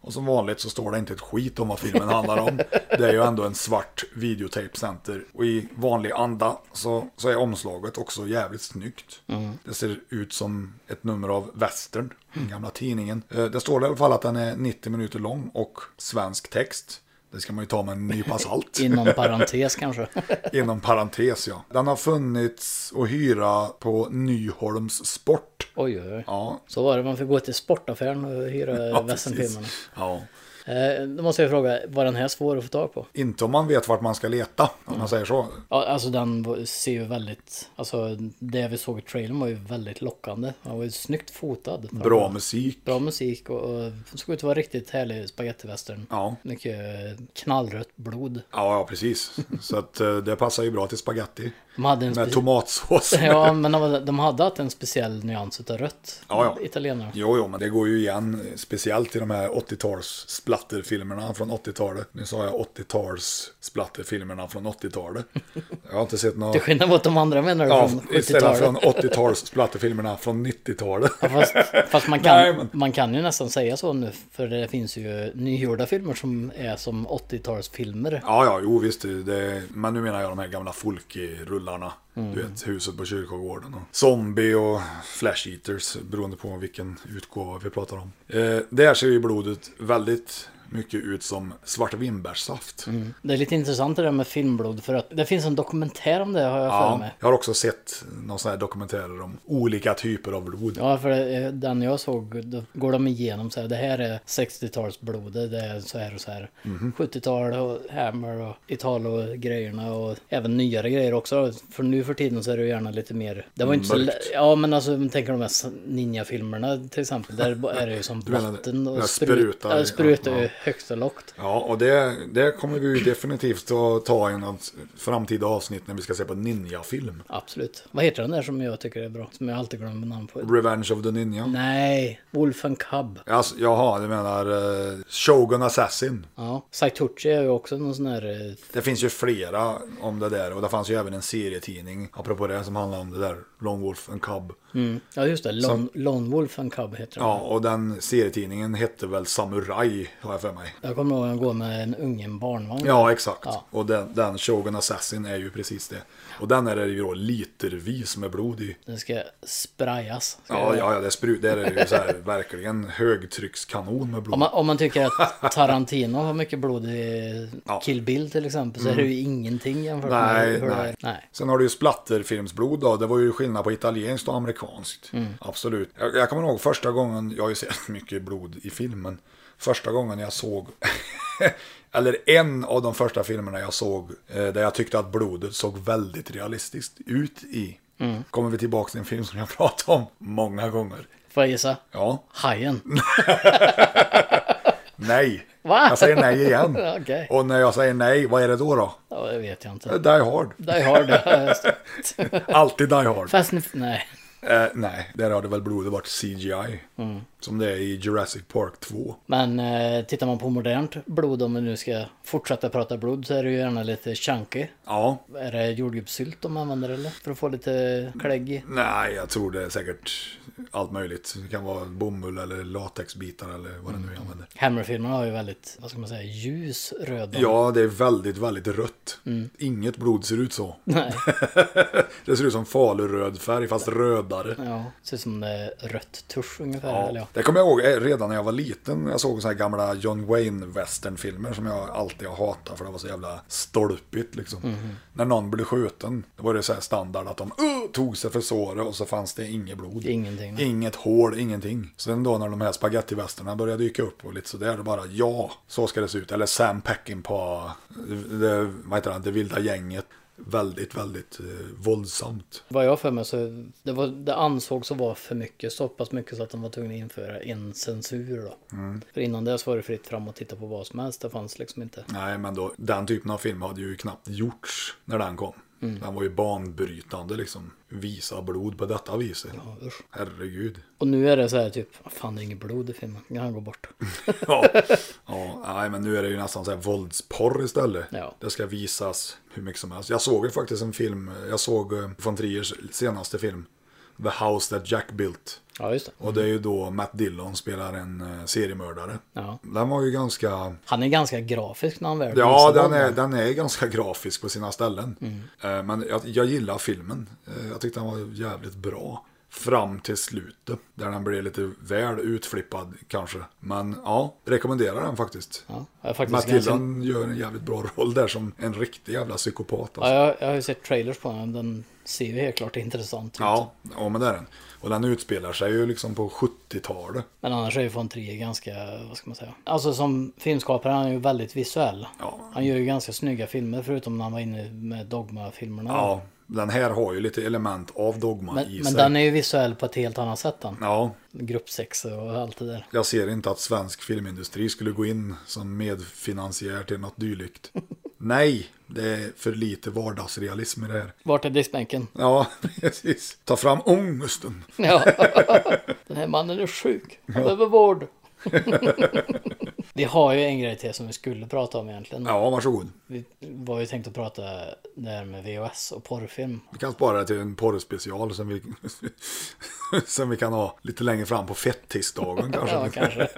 Speaker 1: Och som vanligt så står det inte ett skit om vad filmen handlar om. Det är ju ändå en svart videotapecenter. Och i vanlig anda så, så är omslaget också jävligt snyggt. Det ser ut som ett nummer av Western, den gamla tidningen. Eh, Det står i alla fall att den är 90 minuter lång och svensk text. Det ska man ju ta med en nypa salt.
Speaker 2: Inom parentes kanske.
Speaker 1: Inom parentes ja. Den har funnits att hyra på Nyholms Sport.
Speaker 2: Oj, oj, oj.
Speaker 1: Ja,
Speaker 2: Så var det, man fick gå till sportaffären och hyra
Speaker 1: ja,
Speaker 2: westernfilmerna.
Speaker 1: precis. Ja.
Speaker 2: Eh, då måste jag fråga, var den här svår att få tag på?
Speaker 1: Inte om man vet vart man ska leta, om man säger så.
Speaker 2: Ja, alltså den var- ser ju väldigt, alltså det vi såg i trailern var ju väldigt lockande. Den var ju snyggt fotad.
Speaker 1: Bra musik.
Speaker 2: Mm. Bra musik och, och såg ut att vara riktigt härlig spagettivästern.
Speaker 1: Ja.
Speaker 2: Mycket knallrött blod.
Speaker 1: Ja, ja, precis. Så att eh, det passar ju bra till spaghetti
Speaker 2: De hade en
Speaker 1: med
Speaker 2: speci-
Speaker 1: tomatsås.
Speaker 2: Mm. Ja, men de hade- de hade haft en speciell nyans utav rött.
Speaker 1: Ja, ja.
Speaker 2: Italienare.
Speaker 1: Jo, jo, men det går ju igen, eh, speciellt i de här 80-tals splatterfilmerna från 80-talet. Nu sa jag 80-tals splatterfilmerna från 80-talet. Jag har inte sett några...
Speaker 2: Till skillnad mot de andra menar du
Speaker 1: Ja,
Speaker 2: från
Speaker 1: istället
Speaker 2: 70-talet.
Speaker 1: från 80-tals splatterfilmerna från 90-talet.
Speaker 2: Fast, fast man, kan,
Speaker 1: Nej, men-
Speaker 2: man kan ju nästan säga så nu, för det finns ju nygjorda filmer som är som 80-talsfilmer.
Speaker 1: Ja, ja, jo visst. Det, men nu menar jag de här gamla folkrullarna. Du vet, huset på kyrkogården. Och zombie och Flash Eaters, beroende på vilken utgåva vi pratar om. Eh, där ser ju blodet väldigt mycket ut som svarta vinbärssaft.
Speaker 2: Det är lite intressant det där med filmblod för att det finns en dokumentär om det har jag för
Speaker 1: Ja,
Speaker 2: mig.
Speaker 1: jag har också sett någon sån här dokumentärer om olika typer av blod.
Speaker 2: Ja, för eh, den jag såg, då går de igenom så här, det här är 60-talsblodet, det är så här och så här.
Speaker 1: Mhm.
Speaker 2: 70-tal och Hammer och Italo-grejerna och även nyare grejer också. För nu för tiden så är det ju gärna lite mer, det var ju inte så
Speaker 1: Mörkt.
Speaker 2: lä- Ja, men alltså om man tänker de här ninja-filmerna till exempel, där är det ju som
Speaker 1: Du menar
Speaker 2: vatten
Speaker 1: det
Speaker 2: och
Speaker 1: här
Speaker 2: sprut,
Speaker 1: sprutar-
Speaker 2: ja, sprutar
Speaker 1: ja,
Speaker 2: ju
Speaker 1: ja.
Speaker 2: högt och lågt.
Speaker 1: Ja, och det, det kommer vi ju definitivt att ta i något framtida avsnitt när vi ska se på ninja-film.
Speaker 2: Absolut. Vad heter den där som jag tycker är bra? Som jag alltid glömmer namn på.
Speaker 1: Revenge of the Ninja.
Speaker 2: Nej, Wolf and Cub.
Speaker 1: Alltså, jaha, du menar eh, Shogun Assassin.
Speaker 2: Ja, Saituchi är ju också någon sån här eh,
Speaker 1: Det finns ju flera om det där och det fanns ju även en serietidning apropå det som handlar om det där Lone Wolf and Cub.
Speaker 2: Ja just det, Lon, Lone Wolf and Cub heter den.
Speaker 1: Ja, och den serietidningen hette väl Samurai har jag för mig.
Speaker 2: Jag kommer ihåg att gå med en unge i en barnvagn.
Speaker 1: Ja, exakt.
Speaker 2: Ja.
Speaker 1: Och den, den Shogun Assassin är ju precis det. Och den är det ju då litervis med blod i.
Speaker 2: Den ska sprayas. Ska
Speaker 1: Ja,
Speaker 2: jag-
Speaker 1: ja, ja det, är spru- det är ju så här, verkligen högtryckskanon med blod.
Speaker 2: Om man, om man tycker att Tarantino har mycket blod i
Speaker 1: Ja. Mm.
Speaker 2: Kill Bill till exempel så är det ju ingenting jämfört
Speaker 1: Nej,
Speaker 2: med hur det
Speaker 1: nej.
Speaker 2: är. nej.
Speaker 1: Sen har du ju splatterfilmsblod då. Det var ju skillnad på italienskt och amerikanskt.
Speaker 2: Mm.
Speaker 1: Absolut. Jag, jag kommer ihåg första gången, jag har ju sett mycket blod i filmen. Första gången jag såg, eller en av de första filmerna jag såg, eh, där jag tyckte att blodet såg väldigt realistiskt ut i.
Speaker 2: Mm.
Speaker 1: Kommer vi tillbaka till en film som jag pratat om många gånger.
Speaker 2: Får jag gissa?
Speaker 1: Ja,
Speaker 2: Hajen.
Speaker 1: nej.
Speaker 2: Va?
Speaker 1: Jag säger nej igen.
Speaker 2: Okej.
Speaker 1: Och när jag säger nej, vad är det då då?
Speaker 2: Ja, det vet jag
Speaker 1: Det är
Speaker 2: inte.
Speaker 1: Die Hard.
Speaker 2: Die Hard. ja, just det.
Speaker 1: Alltid Die Hard.
Speaker 2: Fast ni, nej.
Speaker 1: Eh, nej, där har det väl blodet varit CGI. Som det är i Jurassic Park 2.
Speaker 2: Men eh, tittar man på modernt blod, om vi nu ska fortsätta prata blod, så är det ju gärna lite chunky.
Speaker 1: Ja,
Speaker 2: Är det jordgubbssylt de använder eller? För att få lite klägg i?
Speaker 1: nej jag tror det är säkert allt möjligt. Det kan vara bomull eller latexbitar eller vad det nu är jag
Speaker 2: Mm.
Speaker 1: använder.
Speaker 2: Hammerfilmerna har ju väldigt, vad ska man säga, ljus röd.
Speaker 1: Ja, det är väldigt, väldigt rött. Inget blod ser ut så.
Speaker 2: Nej,
Speaker 1: Det ser ut som faluröd färg, fast rödare.
Speaker 2: ja, ser ut som eh, rött tusch ungefär. Eller ja.
Speaker 1: Ja, det kommer jag ihåg eh, redan när jag var liten. Jag såg så här gamla John Wayne-westernfilmer som jag alltid har hatat för det var så jävla stolpigt liksom.
Speaker 2: Mhm.
Speaker 1: När någon blev skjuten, då var det så här standard att de "Åh!" tog sig för såret och så fanns det inget blod.
Speaker 2: Ingenting, nej.
Speaker 1: Inget hål, ingenting. Sen då när de här spagettivästerna började dyka upp och lite sådär, då bara ja, så ska det se ut. Eller Sam Peckinpah, eh, det, vad heter han, det vilda gänget. Väldigt, väldigt eh, våldsamt.
Speaker 2: Vad jag har för mig så, det, var, det ansågs att vara för mycket, så pass mycket så att de var tvungna att införa en censur då.
Speaker 1: Mm.
Speaker 2: För innan det så var det fritt fram att titta på vad som helst, det fanns liksom inte.
Speaker 1: Nej, men då, den typen av film hade ju knappt gjorts när den kom.
Speaker 2: Mm.
Speaker 1: Den var ju banbrytande liksom. Visa blod på detta viset.
Speaker 2: usch.
Speaker 1: Herregud.
Speaker 2: Och nu är det så här typ, "Vad fan det är inget blod i filmen, kan han gå bort.
Speaker 1: Ja. ja, nej men nu är det ju nästan så här våldsporr istället.
Speaker 2: Ja.
Speaker 1: Det ska visas hur mycket som helst. Jag såg ju faktiskt en film, jag såg eh, von Triers senaste film. The House That Jack Built.
Speaker 2: Ja just det.
Speaker 1: Och det är ju då Matt Dillon spelar en eh, seriemördare.
Speaker 2: Mm. Ja.
Speaker 1: Den var ju ganska
Speaker 2: Han är ganska grafisk när han väl
Speaker 1: Ja,
Speaker 2: visar
Speaker 1: den är,
Speaker 2: våld.
Speaker 1: den är ganska grafisk på sina ställen.
Speaker 2: Mm.
Speaker 1: Eh, Men jag, jag gillar filmen. Eh, Jag tyckte den var jävligt bra. Fram till slutet, där den blev lite väl utflippad kanske. Men ja, rekommenderar den faktiskt.
Speaker 2: Ja, jag är faktiskt
Speaker 1: Matilda
Speaker 2: ganska...
Speaker 1: gör en jävligt bra roll där som en riktig jävla psykopat. Alltså.
Speaker 2: Ja, jag, jag har ju sett trailers på den, den ser ju helt klart intressant ut.
Speaker 1: Ja, ja, men det är den. Och den utspelar sig ju liksom på 70-talet.
Speaker 2: Men annars är ju von Trier ganska, vad ska man säga? Alltså som filmskapare han är ju väldigt visuell.
Speaker 1: Ja.
Speaker 2: Han gör ju ganska snygga filmer förutom när han var inne med Dogma-filmerna.
Speaker 1: Ja, den här har ju lite element av dogma i
Speaker 2: men men
Speaker 1: sig.
Speaker 2: den är ju visuell på ett helt annat sätt den.
Speaker 1: Ja,
Speaker 2: Gruppsex och allt det där.
Speaker 1: Jag ser inte att svensk filmindustri skulle gå in som medfinansiär till något dylikt. Nej, det är för lite vardagsrealism i det här.
Speaker 2: Vart är diskbänken?
Speaker 1: Ja, precis. Ta fram ångesten.
Speaker 2: Ja. Den här mannen är sjuk. Han behöver vård. Vi har ju en grej till som vi skulle prata om egentligen.
Speaker 1: Ja, varsågod.
Speaker 2: Vi var ju tänkt att prata det här med VHS och porrfilm.
Speaker 1: Vi kan spara det till en porrspecial som vi, som vi kan ha lite längre fram på fettisdagen kanske.
Speaker 2: Ja, kanske.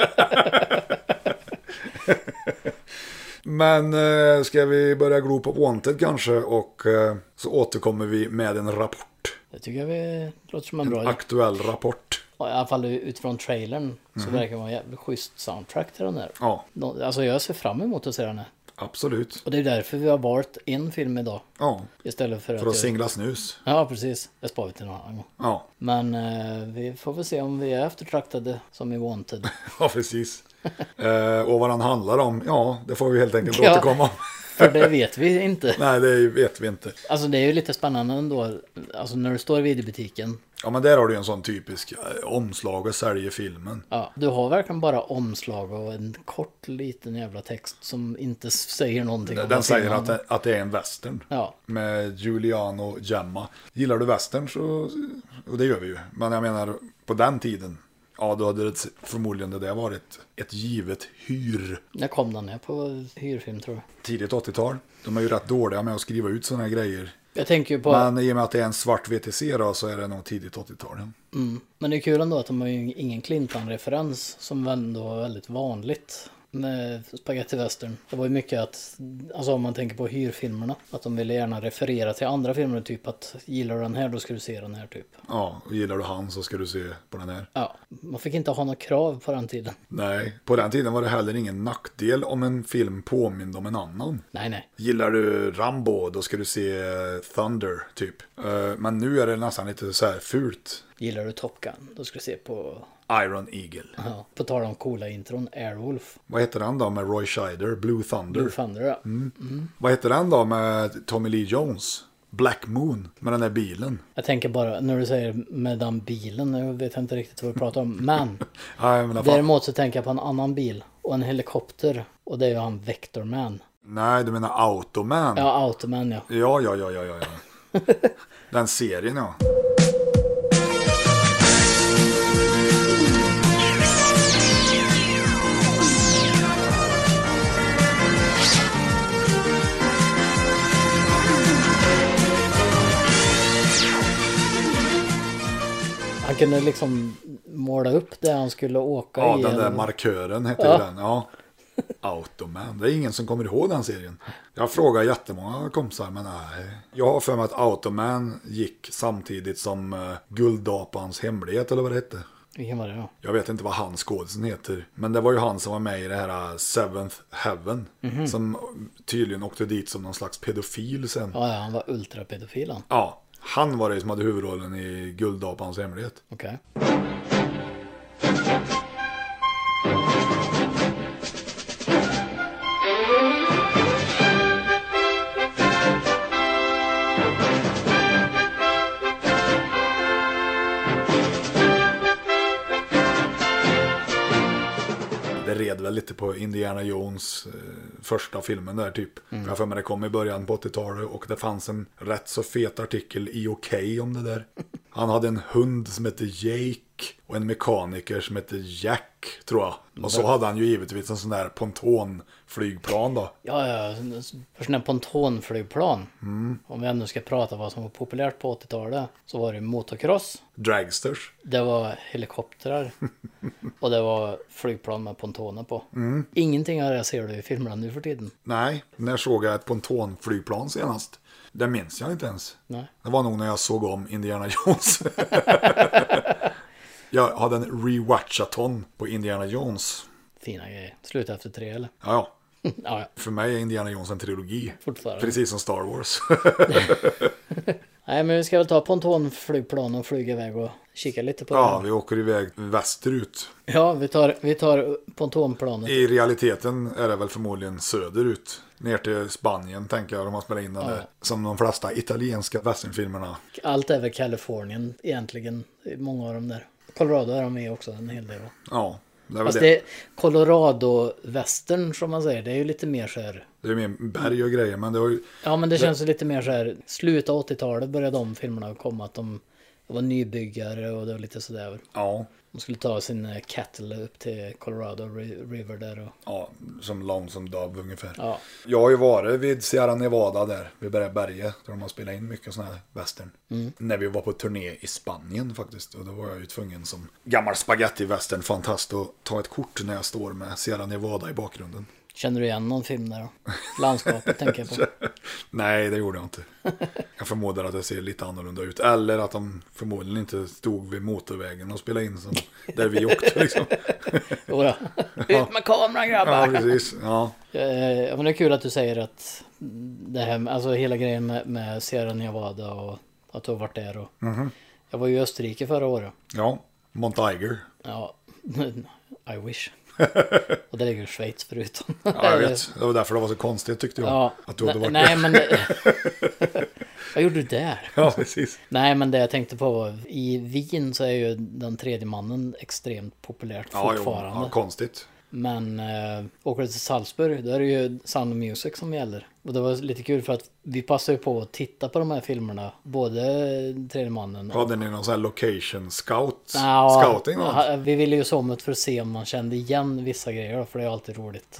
Speaker 1: Men eh, ska vi börja glo på Wanted kanske och eh, så återkommer vi med en rapport.
Speaker 2: Det tycker jag vi låter som en bra idé.
Speaker 1: Aktuell rapport.
Speaker 2: i alla fall utifrån trailern, så
Speaker 1: Mhm.
Speaker 2: verkar det vara en jävligt schysst soundtrack till den här.
Speaker 1: Ja,
Speaker 2: Nå- Alltså jag ser fram emot att se den här.
Speaker 1: absolut.
Speaker 2: Och det är därför vi har valt en film idag.
Speaker 1: Ja,
Speaker 2: Istället för,
Speaker 1: för att
Speaker 2: att... jag-
Speaker 1: singla snus.
Speaker 2: Ja, precis. Jag sparar vi till någon annan gång.
Speaker 1: Ja,
Speaker 2: Men eh, vi får väl se om vi är eftertraktade som i Wanted.
Speaker 1: ja precis. Eh, och vad den handlar om, ja, det får vi helt enkelt
Speaker 2: Ja.
Speaker 1: återkomma om.
Speaker 2: För det vet vi inte.
Speaker 1: Nej, det vet vi inte.
Speaker 2: Alltså det är ju lite spännande ändå. Alltså när du står i videobutiken.
Speaker 1: Ja, men där har du ju en sån typisk eh, omslag och säljer filmen.
Speaker 2: Ja, du har verkligen bara omslag och en kort liten jävla text som inte s- säger någonting. om
Speaker 1: Den,
Speaker 2: vad
Speaker 1: säger
Speaker 2: filmen
Speaker 1: att det, att det är en western.
Speaker 2: Ja.
Speaker 1: Med Giuliano Gemma. Gillar du western så, och det gör vi ju. Men jag menar, på den tiden, ja då hade det förmodligen det där varit ett givet hyr.
Speaker 2: När kom den? Jag på hyrfilm tror jag.
Speaker 1: Tidigt 80-tal. De är ju rätt dåliga med att skriva ut sådana här grejer.
Speaker 2: Jag tänker ju på, men,
Speaker 1: Men i och med att det är en svart VTC då så är det nog tidigt 80-tal. ja.
Speaker 2: det är kul ändå att de har ju ingen Clinton-referens som ändå var väldigt vanligt med Spaghetti Western. Det var ju mycket att, alltså om man tänker på hyrfilmerna, att de ville gärna referera till andra filmer, typ att gillar du den här då ska du se den här typ.
Speaker 1: Ja, och gillar du han så ska du se på den här.
Speaker 2: Ja, man fick inte ha några krav på den tiden.
Speaker 1: Nej, på den tiden var det heller ingen nackdel om en film påminde om en annan.
Speaker 2: Nej, nej.
Speaker 1: Gillar du Rambo, då ska du se eh, Thunder, typ. Eh, Men nu är det nästan lite så här fult.
Speaker 2: Gillar du Top Gun? Då ska du se på,
Speaker 1: Iron Eagle.
Speaker 2: ja, på tal om coola intron, Airwolf.
Speaker 1: Vad heter den då med Roy Scheider? Blue Thunder.
Speaker 2: Blue Thunder, ja.
Speaker 1: Vad heter den då med Tommy Lee Jones? Black Moon, med den där bilen.
Speaker 2: Jag tänker bara, när du säger med den bilen, jag vet inte riktigt vad du pratar om, men
Speaker 1: Nej, men i alla fall-
Speaker 2: däremot så tänker jag på en annan bil och en helikopter och det är ju han Vectorman.
Speaker 1: Nej, du menar Automan?
Speaker 2: Ja, Automan ja.
Speaker 1: ja, ja, ja, ja. ja, ja. den serien, ja.
Speaker 2: Han kunde liksom måla upp det han skulle åka
Speaker 1: Ja,
Speaker 2: i.
Speaker 1: den där
Speaker 2: en-
Speaker 1: markören hette
Speaker 2: Ja.
Speaker 1: ju den. Ja. Automan, det är ingen som kommer ihåg den serien. Jag frågar jättemånga kompisar, men nej. Jag har för mig att Automan gick samtidigt som eh, Guldapans hemlighet, eller vad det hette.
Speaker 2: Vilken var det då?
Speaker 1: Jag vet inte vad han skådisen heter. Men det var ju han som var med i det här eh, Seventh Heaven. Som tydligen åkte dit som någon slags pedofil sen. Ja.
Speaker 2: Ja, ja, han var ultrapedofil han.
Speaker 1: han var det som hade huvudrollen i Guldapans hemlighet.
Speaker 2: Okej.
Speaker 1: Det red väl lite på Indiana Jones eh, första filmen där typ. För jag har för mig det kom i början på 80-talet och det fanns en rätt så fet artikel i OK om det där. Han hade en hund som hette Jake och en mekaniker som hette Jack tror jag. Och så hade han ju givetvis en sån där pontonflygplan då.
Speaker 2: Ja, ja, för sådana här pontonflygplan.
Speaker 1: Mm.
Speaker 2: Om vi ändå ska prata vad som var populärt på 80-talet så var det motocross,
Speaker 1: Dragsters.
Speaker 2: det var helikoptrar och det var flygplan med pontoner på.
Speaker 1: Mm.
Speaker 2: Ingenting av det ser du i filmerna nu för tiden.
Speaker 1: Nej, när såg jag ett pontonflygplan senast? Det minns jag inte ens.
Speaker 2: Nej.
Speaker 1: Det var nog när jag såg om Indiana Jones. jag hade en rewatchaton på Indiana Jones.
Speaker 2: Fina grejer. Sluta efter tre eller?
Speaker 1: Ja, ja.
Speaker 2: Ja, ja.
Speaker 1: För mig är Indiana Jones en trilogi.
Speaker 2: Fortfarande.
Speaker 1: Precis som Star Wars.
Speaker 2: Nej, men vi ska väl ta pontonflygplan och flyga iväg och kika lite på
Speaker 1: ja,
Speaker 2: det.
Speaker 1: vi åker iväg västerut.
Speaker 2: Ja, vi tar, vi tar pontonplanet.
Speaker 1: I realiteten är det väl förmodligen söderut. Ner till Spanien tänker jag, de har spelat in den där. Som de flesta italienska westernfilmerna.
Speaker 2: Allt är väl Kalifornien egentligen. Många av dem där. Colorado är de med också en hel del. va?
Speaker 1: Ja, det är väl
Speaker 2: Fast
Speaker 1: det.
Speaker 2: det Colorado-västern som man säger, det är ju lite mer så här.
Speaker 1: Det är mer berg och grejer, men det har ju...
Speaker 2: Ja men det känns ju lite mer så här, slutet av 80-talet började de filmerna komma att de det var nybyggare och det var lite sådär.
Speaker 1: Ja,
Speaker 2: De skulle ta sin eh, cattle upp till Colorado Ri- River där och
Speaker 1: Ja, som lång som Dove ungefär.
Speaker 2: ja.
Speaker 1: Jag har ju varit vid Sierra Nevada där, vid det där berget, där de har spelat in mycket sådana här western. När vi var på turné i Spanien faktiskt, och då var jag ju tvungen som gammal spaghetti western fantast att ta ett kort när jag står med Sierra Nevada i bakgrunden.
Speaker 2: Känner du igen någon film där då? Landskapet tänker jag på.
Speaker 1: Nej, det gjorde jag inte. Jag förmodar att det ser lite annorlunda ut. Eller att de förmodligen inte stod vid motorvägen och spelade in som där vi åkte. Liksom.
Speaker 2: Jodå. Ut med kameran
Speaker 1: Ja,
Speaker 2: grabbar!
Speaker 1: precis. Ja.
Speaker 2: Eh, ja, men det är kul att du säger att det här, med- alltså hela grejen med, med Sierra Nevada och att du har varit där och
Speaker 1: Mhm.
Speaker 2: jag var ju i Österrike förra året.
Speaker 1: ja, Montiger.
Speaker 2: Ja, I wish. Och det ligger ju Schweiz förutom.
Speaker 1: Ja, jag vet. Det var därför det var så konstigt tyckte jag.
Speaker 2: Ja,
Speaker 1: Att du hade
Speaker 2: nej,
Speaker 1: varit
Speaker 2: nej
Speaker 1: där.
Speaker 2: men det... Vad gjorde du där?
Speaker 1: Ja, precis.
Speaker 2: Nej men det jag tänkte på var, i Wien så är ju den tredje mannen extremt populärt
Speaker 1: Ja, jo,
Speaker 2: fortfarande.
Speaker 1: ja, konstigt.
Speaker 2: Men eh, åker du till Salzburg, då är det ju Sound of Music som gäller. Och det var lite kul för att vi passade ju på att titta på de här filmerna. Både Tredje mannen och...
Speaker 1: Hade ni någon sån här location scout?
Speaker 2: Ja,
Speaker 1: Scouting? Ja,
Speaker 2: ja, vi ville ju sommet för att se om man kände igen vissa grejer då, för det är alltid roligt.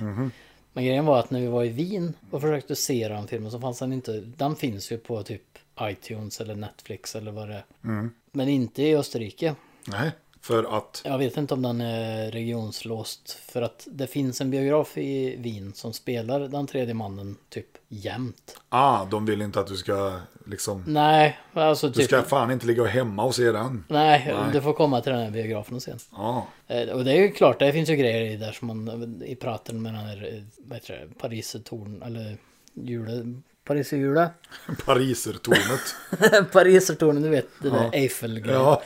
Speaker 2: Men grejen var att när vi var i Wien och försökte se den filmen så fanns den inte. Den finns ju på typ iTunes eller Netflix eller vad det är. Men inte i Österrike.
Speaker 1: Nej, för att...
Speaker 2: Jag vet inte om den är regionslåst för att det finns en biograf i Wien som spelar den tredje mannen typ jämt.
Speaker 1: Ah, de vill inte att du ska liksom...
Speaker 2: Nej, alltså
Speaker 1: Du
Speaker 2: typ.
Speaker 1: ska fan inte ligga hemma och se den.
Speaker 2: Nej, du får komma till den här biografen sen.
Speaker 1: Ja,
Speaker 2: Eh, Och det är ju klart, det finns ju grejer i där som man i praten med den här, eh, vad heter det, Parisertorn eller Jule, Pariserhjulet?
Speaker 1: Parisertornet.
Speaker 2: Parisertornen, du vet, det där Eiffel-grejen.
Speaker 1: Ja,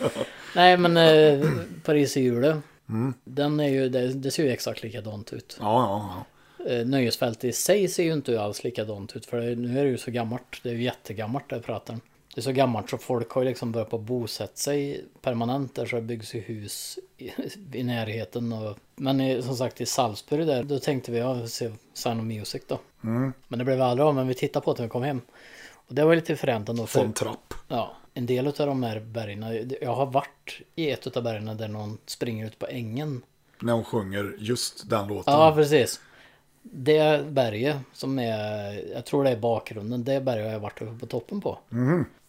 Speaker 2: Nej men eh, Pariserhjulet,
Speaker 1: Mm.
Speaker 2: den är ju, det, det ser ju exakt likadant ut.
Speaker 1: ja, ja.
Speaker 2: Eh, Nöjesfält i sig ser ju inte alls likadant ut för det- nu är det ju så gammalt. Det är ju jättegammalt det här prataren. Det är så gammalt så folk har ju liksom börjat på bosätta sig permanent där så det byggs ju hus i, i närheten. Och, men i- som sagt i Salzburg där, då tänkte vi ja, vi får se Sound of Music då. Men det blev vi aldrig av, men vi tittade på det när vi kom hem. Och det var lite fränt ändå.
Speaker 1: Von
Speaker 2: För,
Speaker 1: Trapp.
Speaker 2: ja, en del av de här bergen, jag har varit i ett av bergen där någon springer ut på ängen
Speaker 1: När hon sjunger just den låten.
Speaker 2: Ja, precis. Det berget som är, jag tror det är bakgrunden, det berget har jag varit uppe på toppen på.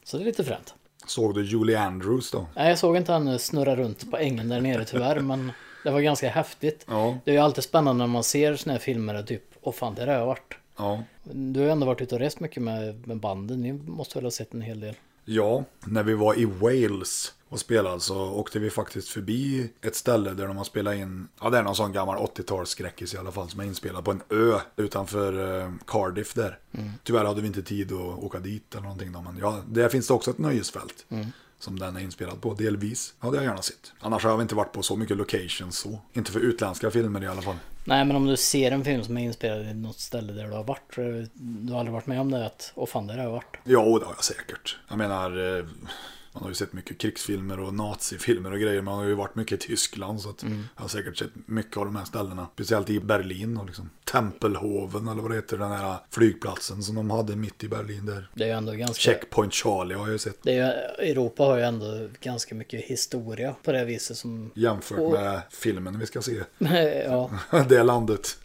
Speaker 2: Så det är lite fränt.
Speaker 1: Såg du Julie Andrews då?
Speaker 2: Nej, jag såg inte han snurra runt på ängen där nere tyvärr, men det var ganska häftigt.
Speaker 1: Ja.
Speaker 2: Det är ju alltid spännande när man ser såna här filmer och typ, åh fan, det där har jag varit.
Speaker 1: Ja.
Speaker 2: Du har ju ändå varit ute och rest mycket med, med banden, ni måste väl ha sett en hel del?
Speaker 1: Ja, när vi var i Wales och spelade så åkte vi faktiskt förbi ett ställe där de har spelat in, ja det är någon sån gammal 80-talsskräckis i alla fall som är inspelad på en ö utanför eh, Cardiff där. Tyvärr hade vi inte tid att åka dit eller någonting då, men ja, där finns det också ett nöjesfält. Som den är inspelad på, delvis. Ja, det har jag gärna sett. Annars har jag inte varit på så mycket locations så. Inte för utländska filmer i alla fall.
Speaker 2: Nej, men om du ser en film som är inspelad i något ställe där du har varit, så är det- du har aldrig varit med om det, att åh fan, det där har jag varit.
Speaker 1: Jo, det har jag säkert. Jag menar, eh, man har ju sett mycket krigsfilmer och nazifilmer och grejer. Man har ju varit mycket i Tyskland så att jag har säkert sett mycket av de här ställena. Speciellt i Berlin och liksom Tempelhoven eller vad det heter, den här flygplatsen som de hade mitt i Berlin där.
Speaker 2: Det är ju ändå ganska...
Speaker 1: Checkpoint Charlie har jag ju sett.
Speaker 2: Det är, Europa har ju ändå ganska mycket historia på det viset som...
Speaker 1: Jämfört
Speaker 2: Och-
Speaker 1: med filmen vi ska se.
Speaker 2: ja.
Speaker 1: det landet.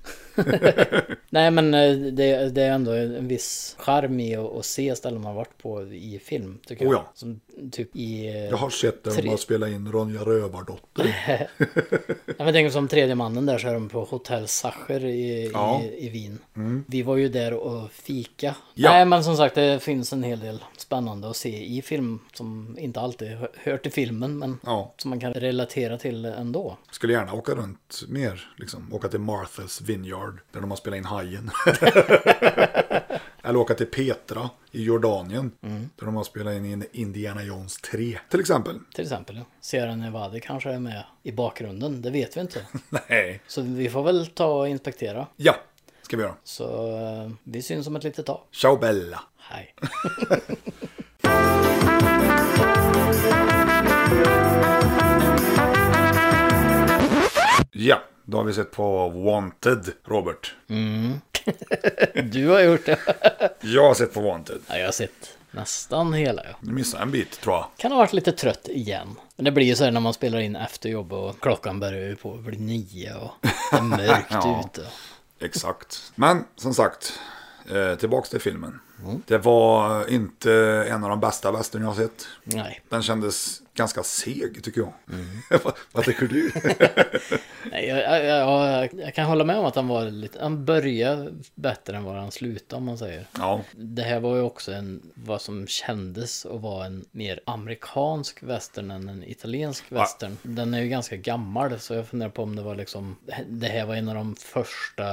Speaker 2: Nej men eh, det, det är ändå en viss charm i att, att se ställen man har varit på i film tycker jag.
Speaker 1: Oh ja.
Speaker 2: Som typ i... eh,
Speaker 1: Jag har sett där de
Speaker 2: Tre-
Speaker 1: har spelat in Ronja Rövardotter.
Speaker 2: Ja, men tänk som tredje mannen där så är de på Hotell Sacher i,
Speaker 1: Ja. Mm.
Speaker 2: i, i Wien. Vi var ju där och fika.
Speaker 1: Ja.
Speaker 2: Nej men som sagt det finns en hel del spännande att se i film som inte alltid hör- hör till filmen men
Speaker 1: Ja.
Speaker 2: som man kan relatera till ändå.
Speaker 1: Skulle gärna åka runt mer, liksom. Åka till Martha's Vineyard, där de har spelat in Hajen. Eller åka till Petra i Jordanien, där de har spelat in in Indiana Jones 3, till exempel.
Speaker 2: Till exempel. ja. Sierra Nevada kanske är med i bakgrunden, det vet vi inte.
Speaker 1: Nej.
Speaker 2: Så vi får väl ta och inspektera.
Speaker 1: Ja, ska vi göra.
Speaker 2: Så eh, vi syns om ett litet tag.
Speaker 1: Ciao Bella!
Speaker 2: Hej.
Speaker 1: Ja, då har vi sett på Wanted, Robert.
Speaker 2: Du har gjort det.
Speaker 1: Jag har sett på Wanted.
Speaker 2: Ja, jag har sett nästan hela. Ja.
Speaker 1: Du missade en bit, tror jag.
Speaker 2: Kan ha varit lite trött igen. Men det blir ju så här när man spelar in efter jobb och klockan börjar ju på att bli nio och det är mörkt
Speaker 1: Ja.
Speaker 2: ute.
Speaker 1: Exakt. Men som sagt, eh, tillbaks till filmen. Det var inte en av de bästa västern jag har sett.
Speaker 2: Nej.
Speaker 1: Den kändes ganska seg tycker jag. vad, vad tycker du?
Speaker 2: Nej, jag, jag, jag, jag kan hålla med om att han var lite, han började bättre än vad han slutade om man säger.
Speaker 1: ja,
Speaker 2: Det här var ju också en, vad som kändes att vara en mer amerikansk western än en italiensk western. Den är ju ganska gammal så jag funderar på om det var liksom, det här var en av de första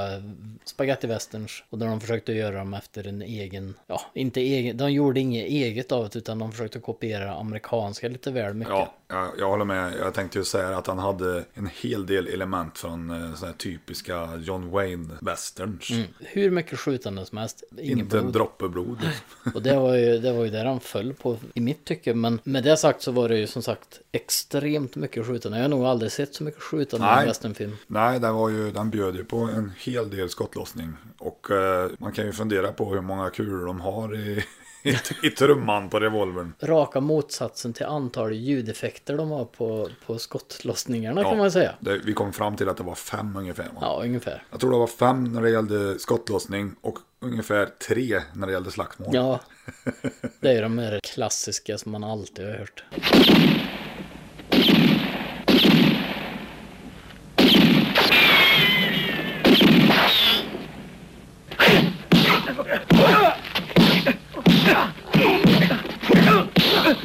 Speaker 2: spagettiwesterns. Och när de försökte göra dem efter en egen, ja inte egen, de gjorde inget eget av det utan de försökte kopiera amerikanska lite väl mycket.
Speaker 1: ja jag, jag håller med. Jag tänkte ju säga att han hade en hel del element från eh, såna här typiska John Wayne-westerns.
Speaker 2: Hur mycket skjutande som helst, ingen
Speaker 1: Inte en
Speaker 2: blod.
Speaker 1: droppe Mm. blod. liksom.
Speaker 2: Och det var, ju, det var ju där han föll på i mitt tycke. Men med det sagt så var det ju som sagt extremt mycket skjutande. Jag har nog aldrig sett så mycket skjutande i
Speaker 1: Nej.
Speaker 2: en westernfilm.
Speaker 1: Nej, den, var ju, den bjöd ju på en hel del skottlossning. Och eh, man kan ju fundera på hur många kulor de har i, i, i trumman på revolvern.
Speaker 2: Raka motsatsen till antal ljudeffekter de har på, på skottlossningarna
Speaker 1: Ja,
Speaker 2: kan man säga.
Speaker 1: Det, vi kom fram till att det var fem ungefär. va?
Speaker 2: Ja, ungefär.
Speaker 1: Jag tror det var fem när det gällde skottlossning och ungefär tre när det gällde slagsmål.
Speaker 2: Ja, det är ju de här klassiska som man alltid har hört.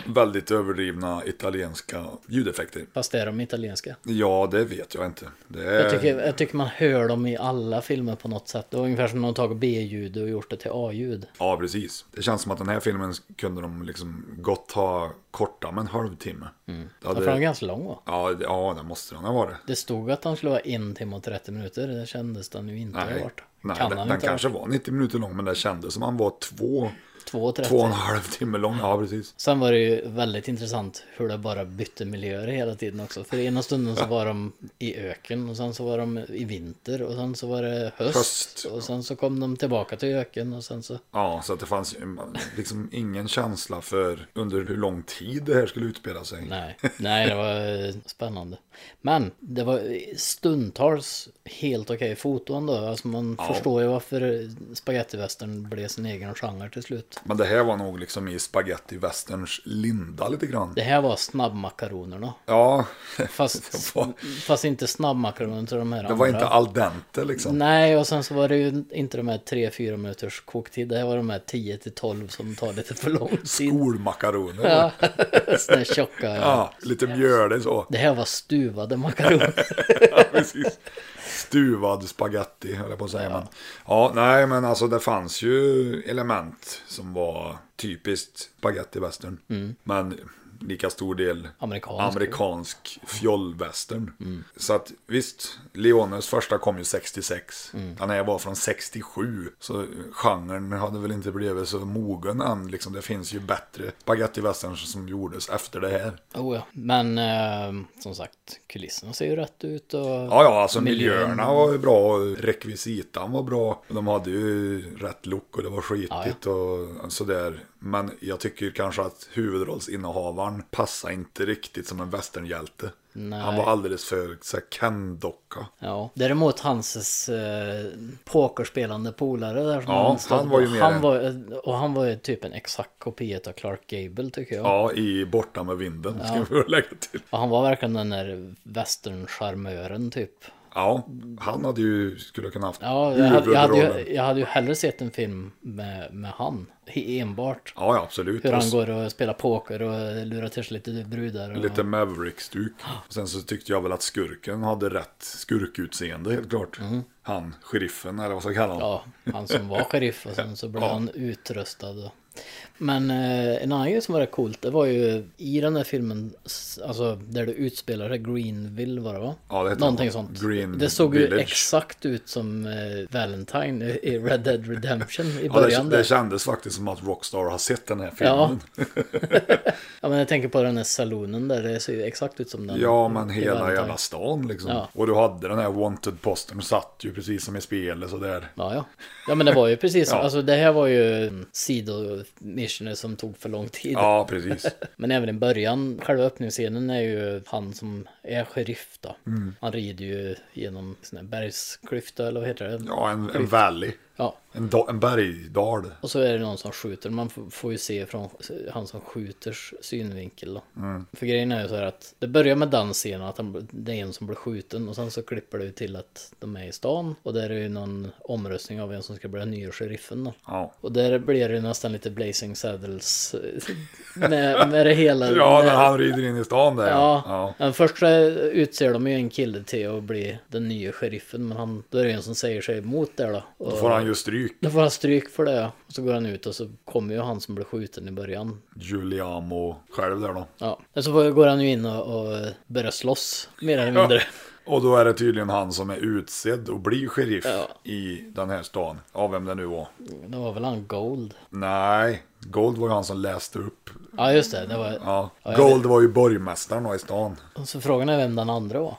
Speaker 1: Väldigt överdrivna italienska ljudeffekter.
Speaker 2: Fast det är de italienska.
Speaker 1: Ja, det vet jag inte. Det är...
Speaker 2: Jag tycker, jag tycker man hör dem i alla filmer på något sätt. Det var ungefär som när de tagit B-ljud och gjort det till A-ljud.
Speaker 1: Ja, precis. Det känns som att den här filmen kunde de liksom gott ha korta med en halvtimme. Det
Speaker 2: Varför
Speaker 1: hade...
Speaker 2: är de ganska lång va?
Speaker 1: Ja, det- ja, det måste den ha varit.
Speaker 2: Det stod att han skulle vara en timme och 30 minuter. Det kändes den ju inte ha
Speaker 1: Nej,
Speaker 2: varit.
Speaker 1: Nej
Speaker 2: kan
Speaker 1: den,
Speaker 2: han
Speaker 1: den
Speaker 2: inte
Speaker 1: kanske
Speaker 2: kanske...
Speaker 1: var 90 minuter lång, men det kändes som han var två,
Speaker 2: Två och
Speaker 1: två och en
Speaker 2: 30.
Speaker 1: halv timme lång. Ja, precis.
Speaker 2: Sen var det ju väldigt intressant hur det bara bytte miljöer hela tiden också. För ena stunden så var de i öken och sen så var de i vinter och sen så var det höst.
Speaker 1: Höst.
Speaker 2: Och sen så kom de tillbaka till öken och sen så...
Speaker 1: Ja, så att det fanns ju liksom ingen känsla för under hur lång tid det här skulle utspela sig.
Speaker 2: Nej, nej det var eh, spännande. Men det var stundtals helt okej foton då. Alltså man förstår ju varför spagettivästern blev sin egen genre till slut.
Speaker 1: Men det här var nog liksom i spaghetti westerns linda lite grann.
Speaker 2: Det här var snabbmakaronerna.
Speaker 1: Ja,
Speaker 2: Fast,
Speaker 1: var-
Speaker 2: fast inte snabbmakaroner till de här
Speaker 1: det var inte al dente liksom.
Speaker 2: Nej, och sen så var det ju inte de här 3-4 minuters koktid. Det här var de här 10-12 som tar lite för lång tid.
Speaker 1: Skolmakaroner.
Speaker 2: Ja, såna här tjocka.
Speaker 1: Ja, lite mjölig så.
Speaker 2: Det här var stuvade makaroner.
Speaker 1: Precis. Stuvad spaghetti höll jag på att säga. Men, ja, nej, men alltså det fanns ju element som var typiskt spaghetti western. Men lika stor del
Speaker 2: Amerikansk.
Speaker 1: amerikansk fjollwestern. Så att visst, Leones första kom ju 66. Den här var från 67. Så genren hade väl inte blivit så mogen än. Liksom, det finns ju bättre spaghetti westerns som gjordes efter det här.
Speaker 2: Oh, ja. Men eh, som sagt, kulisserna ser ju rätt ut. Och...
Speaker 1: Ja, ja, alltså
Speaker 2: Miljön.
Speaker 1: miljöerna var ju bra, och rekvisitan var bra. De hade ju rätt look och det var skitigt och sådär. Men jag tycker kanske att huvudrollsinnehavaren passar inte riktigt som en västernhjälte.
Speaker 2: Nej.
Speaker 1: Han var alldeles för så här, Ken-docka.
Speaker 2: Ja, däremot Hanses eh, pokerspelande polare där som
Speaker 1: Ja,
Speaker 2: han, stod
Speaker 1: han var ju
Speaker 2: på.
Speaker 1: mer
Speaker 2: han
Speaker 1: en-
Speaker 2: var, Och han var ju typ en exakt kopia av Clark Gable tycker jag.
Speaker 1: Ja, i Borta med vinden, ska vi väl lägga till.
Speaker 2: Och han var verkligen den där western-charmören typ.
Speaker 1: Ja, han hade ju, skulle kunna haft
Speaker 2: Ja, jag hade, jag, hade ju, jag hade ju hellre sett en film med, med han. He- Enbart.
Speaker 1: Ja, ja, absolut.
Speaker 2: Hur
Speaker 1: Och
Speaker 2: han
Speaker 1: s-
Speaker 2: går och spelar poker och lurar till sig lite brudar. Och...
Speaker 1: Lite Maverick-stuk. Sen så tyckte jag väl att skurken hade rätt skurkutseende, helt klart. Han, sheriffen, eller vad ska jag kalla honom.
Speaker 2: Mm. Ja, han som var sheriff och sen så blev han utröstad. och- Men eh, en annan grej som var rätt coolt, det var ju i den här filmen, s- alltså där det utspelar sig, Greenville var det va?
Speaker 1: Ja, det heter
Speaker 2: Någonting
Speaker 1: det.
Speaker 2: sånt.
Speaker 1: Green
Speaker 2: det såg ju
Speaker 1: Village.
Speaker 2: exakt ut som eh, Valentine i- i Red Dead Redemption i
Speaker 1: Ja,
Speaker 2: början.
Speaker 1: det,
Speaker 2: där.
Speaker 1: det kändes faktiskt som att Rockstar har sett den här
Speaker 2: Ja.
Speaker 1: filmen. Ja,
Speaker 2: Ja, men jag tänker på den här salonen där, det ser ju exakt ut som den.
Speaker 1: men
Speaker 2: i
Speaker 1: hela
Speaker 2: Valentine.
Speaker 1: jävla stan liksom.
Speaker 2: Ja.
Speaker 1: Och du hade den här Wanted-postern satt ju precis som i spelet sådär.
Speaker 2: Ja, ja. ja, men det var ju precis,
Speaker 1: Ja.
Speaker 2: alltså det här var ju mm, sidomissioner som tog för lång tid.
Speaker 1: Ja, precis.
Speaker 2: Men även i början, själva öppningsscenen är ju han som är sheriff då.
Speaker 1: Mm.
Speaker 2: Han rider ju genom sån här bergsklyfta eller vad heter det?
Speaker 1: Ja, en, en valley.
Speaker 2: Ja,
Speaker 1: En, da, en bergdal.
Speaker 2: Och så är det någon som skjuter. Man f- får ju se från han som skjuters synvinkel då.
Speaker 1: Mm.
Speaker 2: För grejen är ju så här att det börjar med den scenen att han, det är en som blir skjuten och sen så klipper det ju till att de är i stan och där är ju någon omröstning av vem som ska bli den nya sheriffen då.
Speaker 1: Ja.
Speaker 2: Och där blir det ju nästan lite Blazing Saddles med, med det hela.
Speaker 1: Ja,
Speaker 2: med-
Speaker 1: när han rider in i stan där.
Speaker 2: eh, Ja,
Speaker 1: ja.
Speaker 2: men först så utser de ju en kille till att bli den nya sheriffen men han, då är det ju en som säger sig emot det då. Och,
Speaker 1: Då får han ju stryk.
Speaker 2: då får han stryk för det. Och så går han ut och så kommer ju han som blev skjuten i början.
Speaker 1: Giuliamo själv där då.
Speaker 2: Ja. Men så får- går han ju in och, och börjar slåss mer eller mindre.
Speaker 1: Och då är det tydligen han som är utsedd och blir sheriff
Speaker 2: Ja.
Speaker 1: i den här stan. Av vem det nu var.
Speaker 2: Det var väl han Gold?
Speaker 1: Nej, Gold var ju han som läste upp.
Speaker 2: Ja just det, det var...
Speaker 1: Ja.
Speaker 2: jag
Speaker 1: Gold var ju borgmästaren då i stan.
Speaker 2: Och Så frågan är vem den andra var.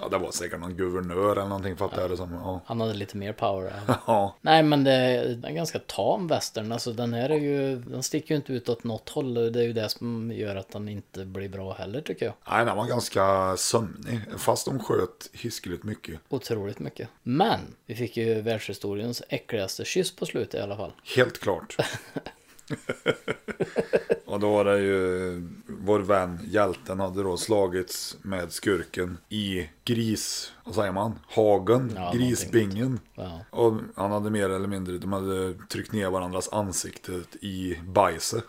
Speaker 1: Ja, det var säkert någon guvernör eller någonting fattar jag det som. Ja.
Speaker 2: Han hade lite mer power. än-
Speaker 1: ja.
Speaker 2: Nej men det det är en ganska tam western. Alltså den här är ju, den sticker ju inte ut åt något håll. och Det är ju det som gör att den inte blir bra heller tycker jag.
Speaker 1: Nej, den var ganska sömnig. Fast de sköt hiskeligt mycket.
Speaker 2: Otroligt mycket. Men vi fick ju världshistoriens äckligaste kyss på slutet i alla fall.
Speaker 1: Helt klart. och då var det ju vår vän, hjälten, hade då slagits med skurken i gris, vad säger man, hagen,
Speaker 2: Ja,
Speaker 1: grisbingen.
Speaker 2: Ja.
Speaker 1: Och han hade mer eller mindre, de hade tryckt ner varandras ansiktet i bajset.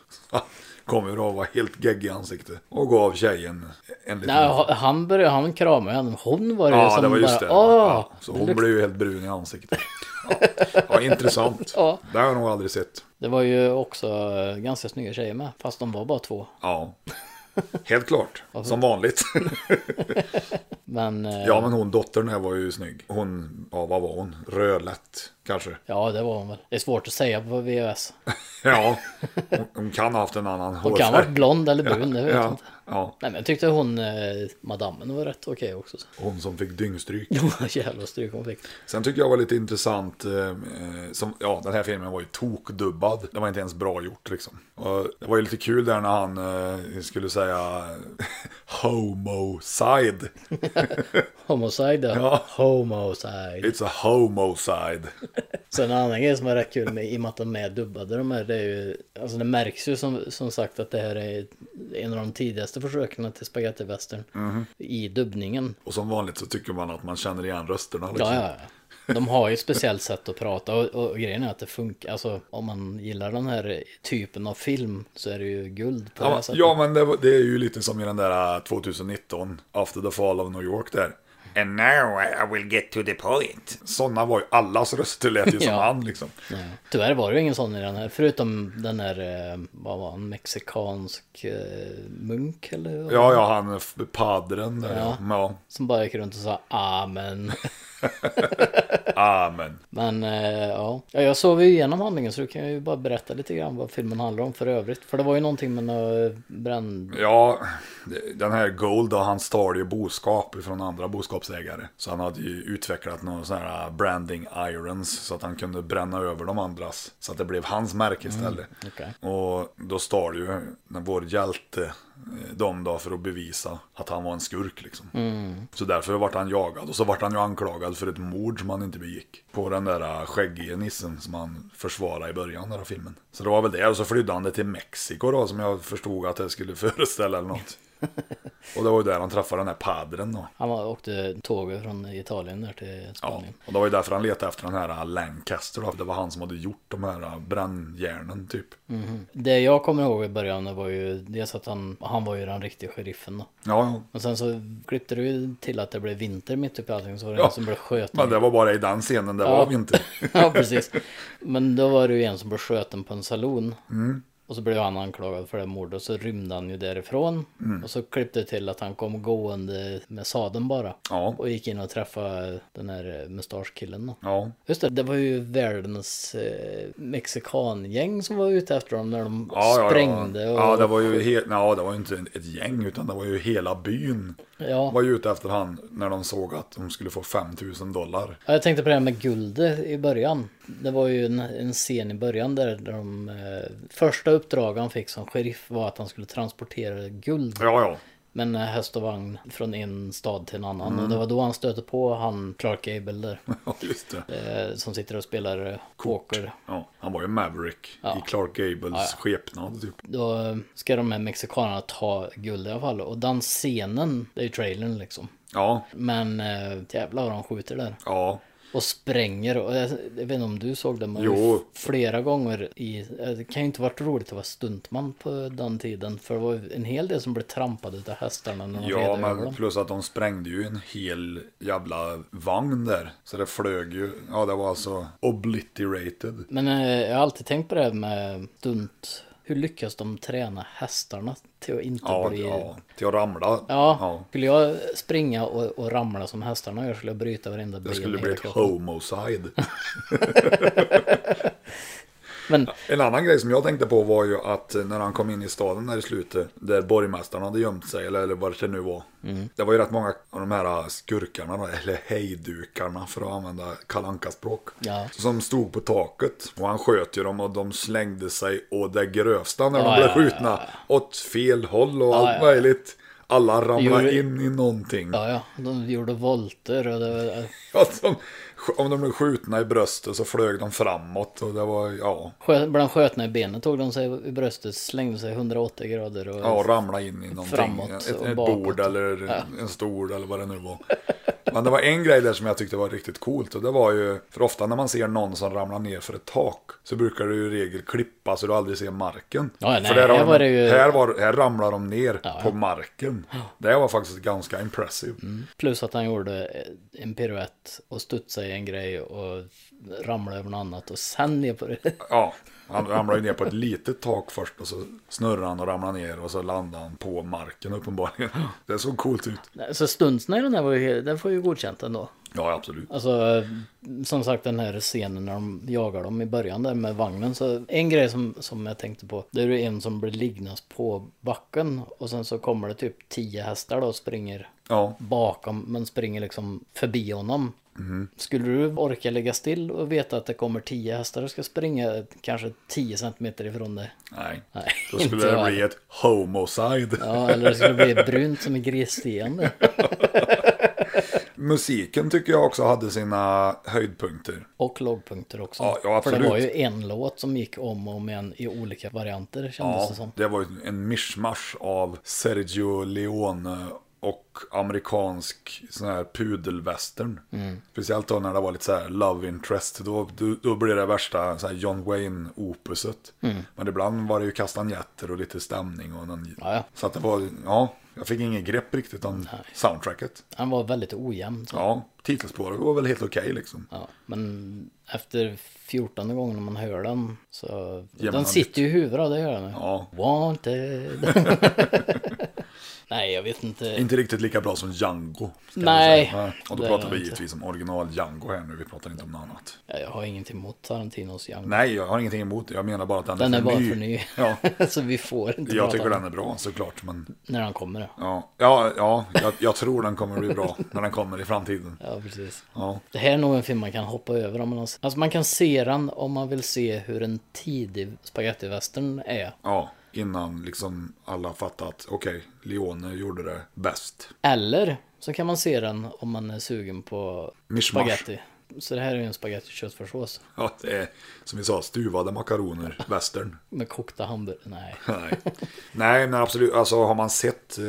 Speaker 1: Kom ju då och var helt gegg i ansiktet. Och gav tjejen en liten...
Speaker 2: Nej, ha- han började, han kramade henne. Hon var det ju
Speaker 1: Ja,
Speaker 2: som
Speaker 1: det var just
Speaker 2: bara,
Speaker 1: det.
Speaker 2: Åh!
Speaker 1: Ja, så hon blev ju helt brun i ansiktet. Ja, ja intressant.
Speaker 2: Ja.
Speaker 1: Det har jag nog aldrig sett.
Speaker 2: Det var ju också eh, ganska snygga tjejer med, fast de var bara två.
Speaker 1: Ja. Helt klart. Som vanligt.
Speaker 2: Men eh,
Speaker 1: Ja,
Speaker 2: ja,
Speaker 1: men hon dottern här var ju snygg. Hon, ja vad var hon? Rödlätt kanske.
Speaker 2: det var hon väl. Det är svårt att säga på VHS.
Speaker 1: Ja, hon, hon kan ha haft en annan
Speaker 2: Hon kan ha varit blond eller brun, det vet jag
Speaker 1: Ja,
Speaker 2: inte.
Speaker 1: ja,
Speaker 2: Nej men jag tyckte hon, eh, madammen var rätt okej också.
Speaker 1: hon som fick dyngstryk.
Speaker 2: Jävla stryk hon fick.
Speaker 1: Sen tycker jag var lite intressant, eh, eh, som, ja den här filmen var ju tokdubbad. Det var inte ens bra gjort liksom. Och det var ju lite kul där när han eh, skulle säga homocide.
Speaker 2: Homicide ja.
Speaker 1: Ja.
Speaker 2: Homicide.
Speaker 1: It's a homocide.
Speaker 2: Sen en annan grej som var rätt kul med, i och med att de är dubbade de här, det är ju, alltså det märks ju som, som sagt att det här är en av de tidigaste försöken till spagettivästern
Speaker 1: Mhm.
Speaker 2: i dubbningen.
Speaker 1: Och som vanligt så tycker man att man känner igen rösterna. Liksom.
Speaker 2: Ja, ja, ja. De har ju ett speciellt sätt att prata och, och, grejen är att det funkar. Alltså om man gillar den här typen av film så är det ju guld på det
Speaker 1: Ja,
Speaker 2: här sättet.
Speaker 1: ja men det, var- det är ju lite som i den där eh, 2019, After the Fall of New York där. And now uh, I will get to the point. Sådana var ju allas röster, lät ju som
Speaker 2: Ja.
Speaker 1: han liksom.
Speaker 2: Ja. Tyvärr var det ju ingen sån i den här, förutom den här, eh, vad var han, mexikansk eh, munk eller? vad?
Speaker 1: Ja, ja, han f- padren där. Ja. ja.
Speaker 2: Som bara gick runt och sa amen.
Speaker 1: Amen.
Speaker 2: Men eh, ja. ja, jag sov ju igenom handlingen så du kan ju bara berätta lite grann vad filmen handlar om för övrigt. För det var ju någonting med några eh, bränd...
Speaker 1: Ja, den här Gold då, han stal ju boskap från andra boskapsägare. Så han hade ju utvecklat några sådana här uh, branding irons så att han kunde bränna över de andras. Så att det blev hans märke istället.
Speaker 2: okej.
Speaker 1: Och då stal ju eh, vår hjälte eh, dem då för att bevisa att han var en skurk liksom. Så därför vart han jagad och så vart han ju anklagad för ett mord som han inte begick. På den där äh, skäggige nissen som han försvarade i början av filmen. Så det var väl det och så flydde han det till Mexiko då som jag förstod att det skulle föreställa eller något. Och det var ju där han träffade den här padren då.
Speaker 2: Han var, åkte tåg från Italien där till
Speaker 1: Ja,
Speaker 2: Spanien.
Speaker 1: och det var ju därför han letade efter den här äh, Lancaster då. för Det var han som hade gjort de här brännjärnen typ.
Speaker 2: Det jag kommer ihåg i början det var ju dels att han, han var ju den riktiga sheriffen då.
Speaker 1: Ja, ja.
Speaker 2: Men sen så klippte det ju till att det blev vinter mitt uppe i allting så var det
Speaker 1: Ja,
Speaker 2: en som blev skjuten.
Speaker 1: Men det var bara i den scenen det var vi inte.
Speaker 2: ja, precis. Men då var det ju en som blev skjuten på en saloon.
Speaker 1: Mm.
Speaker 2: Och så blev han anklagad för det mordet och så rymde han ju därifrån.
Speaker 1: Mm.
Speaker 2: Och så klippte det till att han kom gående med sadeln bara.
Speaker 1: Ja.
Speaker 2: Och gick in och träffade den här eh, mustaschkillen då.
Speaker 1: Ja,
Speaker 2: Just det, det var ju världens eh, mexikangäng som var ute efter dem när de
Speaker 1: ja, ja,
Speaker 2: sprängde.
Speaker 1: Ja,
Speaker 2: Och,
Speaker 1: ja det var ju he- ja, det var ju inte ett gäng utan det var ju hela byn.
Speaker 2: Ja.
Speaker 1: var ju ute efter han när de såg att de skulle få 5000 dollar.
Speaker 2: Ja, Jag tänkte på det här med guldet i början. Det var ju en, en scen i början där där de eh, första uppdrag han fick som sheriff var att han skulle transportera guld
Speaker 1: Ja, ja.
Speaker 2: Men eh, häst och vagn från en stad till en annan.
Speaker 1: Mm.
Speaker 2: Och det var då han stötte på han Clark Gable där.
Speaker 1: Ja, just det.
Speaker 2: eh, som sitter och spelar eh, poker.
Speaker 1: Ja, han var ju Maverick
Speaker 2: Ja.
Speaker 1: i Clark Gables skepnad typ.
Speaker 2: Då eh, ska de här mexikanerna ta guld i alla fall. Och den scenen, det är ju trailern liksom.
Speaker 1: Ja,
Speaker 2: Men eh, jävlar vad de skjuter där.
Speaker 1: ja.
Speaker 2: Och spränger. Och eh, jag, jag vet inte om du såg det, men
Speaker 1: Jo.
Speaker 2: flera gånger i... eh, Det kan ju inte varit roligt att vara stuntman på den tiden. För det var ju en hel del som blev trampade utav hästarna när de
Speaker 1: Ja,
Speaker 2: red över
Speaker 1: men
Speaker 2: dem.
Speaker 1: plus att de sprängde ju en hel jävla vagn där. Så det flög ju. Ja, det var alltså obliterated.
Speaker 2: Men eh, jag har alltid tänkt på det här med stunt. Hur lyckas de träna hästarna till att inte
Speaker 1: Ja,
Speaker 2: bli...
Speaker 1: ja. till att ramla.
Speaker 2: Ja, skulle jag springa och, och ramla som hästarna gör skulle jag bryta varenda ben
Speaker 1: Det
Speaker 2: i
Speaker 1: skulle bli
Speaker 2: hela
Speaker 1: ett
Speaker 2: kroppen.
Speaker 1: homicide.
Speaker 2: Men
Speaker 1: En annan grej som jag tänkte på var ju att eh, när han kom in i staden där i slutet, där borgmästaren hade gömt sig, eller, eller vad det nu var.
Speaker 2: Mm.
Speaker 1: Det var ju rätt många av de här eh, skurkarna, då, eller hejdukarna för att använda kalankaspråk.
Speaker 2: Ja.
Speaker 1: Som stod på taket. Och han sköt ju dem och de slängde sig och det grövsta när
Speaker 2: Ja,
Speaker 1: de blev
Speaker 2: ja,
Speaker 1: skjutna. Åt fel håll och allt
Speaker 2: ja.
Speaker 1: möjligt. Alla ramlade
Speaker 2: Gjorde-
Speaker 1: in i någonting.
Speaker 2: ja, ja, de gjorde volter och det var,
Speaker 1: Att de, Alltså, om de blev skjutna i bröstet så flög de framåt och det var, ja,
Speaker 2: skö- bland skötna i benet tog de sig i bröstet, slängde sig 180 grader och
Speaker 1: Ja, och ramla in i någonting.
Speaker 2: Alltså, Framåt
Speaker 1: ett
Speaker 2: och
Speaker 1: ett
Speaker 2: bakåt.
Speaker 1: bord eller en stol eller vad det nu var. Men det var en grej där som jag tyckte var riktigt coolt och det var ju, för ofta när man ser någon som ramlar ner för ett tak så brukar det ju i regel klippa så du aldrig ser marken.
Speaker 2: Ja, nej,
Speaker 1: för där har
Speaker 2: här
Speaker 1: de-
Speaker 2: var det ju-
Speaker 1: här, var, här ramlar de ner
Speaker 2: Ja, Mm.
Speaker 1: på
Speaker 2: ja.
Speaker 1: marken. Det var faktiskt ganska impressive.
Speaker 2: plus att han gjorde en piruett och studsade i en grej och ramlade över något annat och sen ner på det.
Speaker 1: Ja, han ramlade ju ner på ett litet tak först och så snurrade han och ramlade ner och så landade han på marken uppenbarligen. Det såg coolt ut.
Speaker 2: Så stuntsna i den här var ju, den får ju godkänt ändå.
Speaker 1: Ja, absolut.
Speaker 2: Alltså, som sagt den här scenen när de jagar dem i början där med vagnen. Så en grej som, som jag tänkte på, det är ju en som blir liggandes på backen och sen så kommer det typ tio hästar då och springer
Speaker 1: Ja.
Speaker 2: bakom, men springer liksom förbi honom. Skulle du orka lägga still och veta att det kommer tio hästar och ska springa kanske tio centimeter ifrån dig?
Speaker 1: Nej.
Speaker 2: Nej,
Speaker 1: Då skulle
Speaker 2: inte
Speaker 1: det
Speaker 2: jag
Speaker 1: bli ett homicide.
Speaker 2: Ja, eller det skulle bli brunt som en grisstiende.
Speaker 1: Musiken tycker jag också hade sina höjdpunkter.
Speaker 2: Och lågpunkter också.
Speaker 1: Ja, ja,
Speaker 2: För det
Speaker 1: absolut.
Speaker 2: var ju en låt som gick om och om igen i olika varianter kändes det
Speaker 1: Ja,
Speaker 2: som.
Speaker 1: det var ju en mischmasch av Sergio Leone och amerikansk sån här pudelwestern.
Speaker 2: Mm.
Speaker 1: Speciellt då när det var lite så här love interest. Då, då, då blir det värsta så här John Wayne-opuset.
Speaker 2: Mm.
Speaker 1: Men ibland var det ju kastanjetter och lite stämning. Och någon...
Speaker 2: Ja, ja.
Speaker 1: Så att det var, ja, jag fick ingen grepp riktigt om soundtracket.
Speaker 2: Han var väldigt ojämn. Så.
Speaker 1: Ja, titelspåret var väl helt okej liksom.
Speaker 2: Ja, men efter 14 gången när man hör den så...
Speaker 1: men han-
Speaker 2: den sitter ju i huvudet, det gör den.
Speaker 1: Ja.
Speaker 2: Wanted. Nej, jag vet inte.
Speaker 1: Inte riktigt lika bra som Django. ska
Speaker 2: Nej,
Speaker 1: jag säga. Nej. Och då
Speaker 2: det är
Speaker 1: pratar vi
Speaker 2: det inte.
Speaker 1: givetvis om original Django här nu, vi pratar inte om något annat.
Speaker 2: Jag har ingenting emot Tarantinos Young.
Speaker 1: Nej, jag har ingenting emot det, jag menar bara att den,
Speaker 2: Den är
Speaker 1: för
Speaker 2: bara
Speaker 1: ny.
Speaker 2: för ny.
Speaker 1: Ja,
Speaker 2: så vi får inte
Speaker 1: jag
Speaker 2: prata
Speaker 1: tycker
Speaker 2: om
Speaker 1: den är bra såklart, men
Speaker 2: När han kommer. ja.
Speaker 1: ja, ja, ja jag, jag tror den kommer bli bra när den kommer i framtiden.
Speaker 2: Ja, precis.
Speaker 1: Ja,
Speaker 2: Det här är nog en film man kan hoppa över om man har... Alltså man kan se den om man vill se hur en tidig spagettivästern är.
Speaker 1: ja innan liksom alla fattat, okej, Leone gjorde det bäst.
Speaker 2: Eller så kan man se den om man är sugen på
Speaker 1: Mishmash.
Speaker 2: spaghetti. Så det här är ju en spagetti köttfärssås
Speaker 1: Ja, det är, som vi sa, stuvade makaroner, western.
Speaker 2: med kokta hamburgare. Nej.
Speaker 1: Nej. Nej, men absolut. Alltså har man sett eh,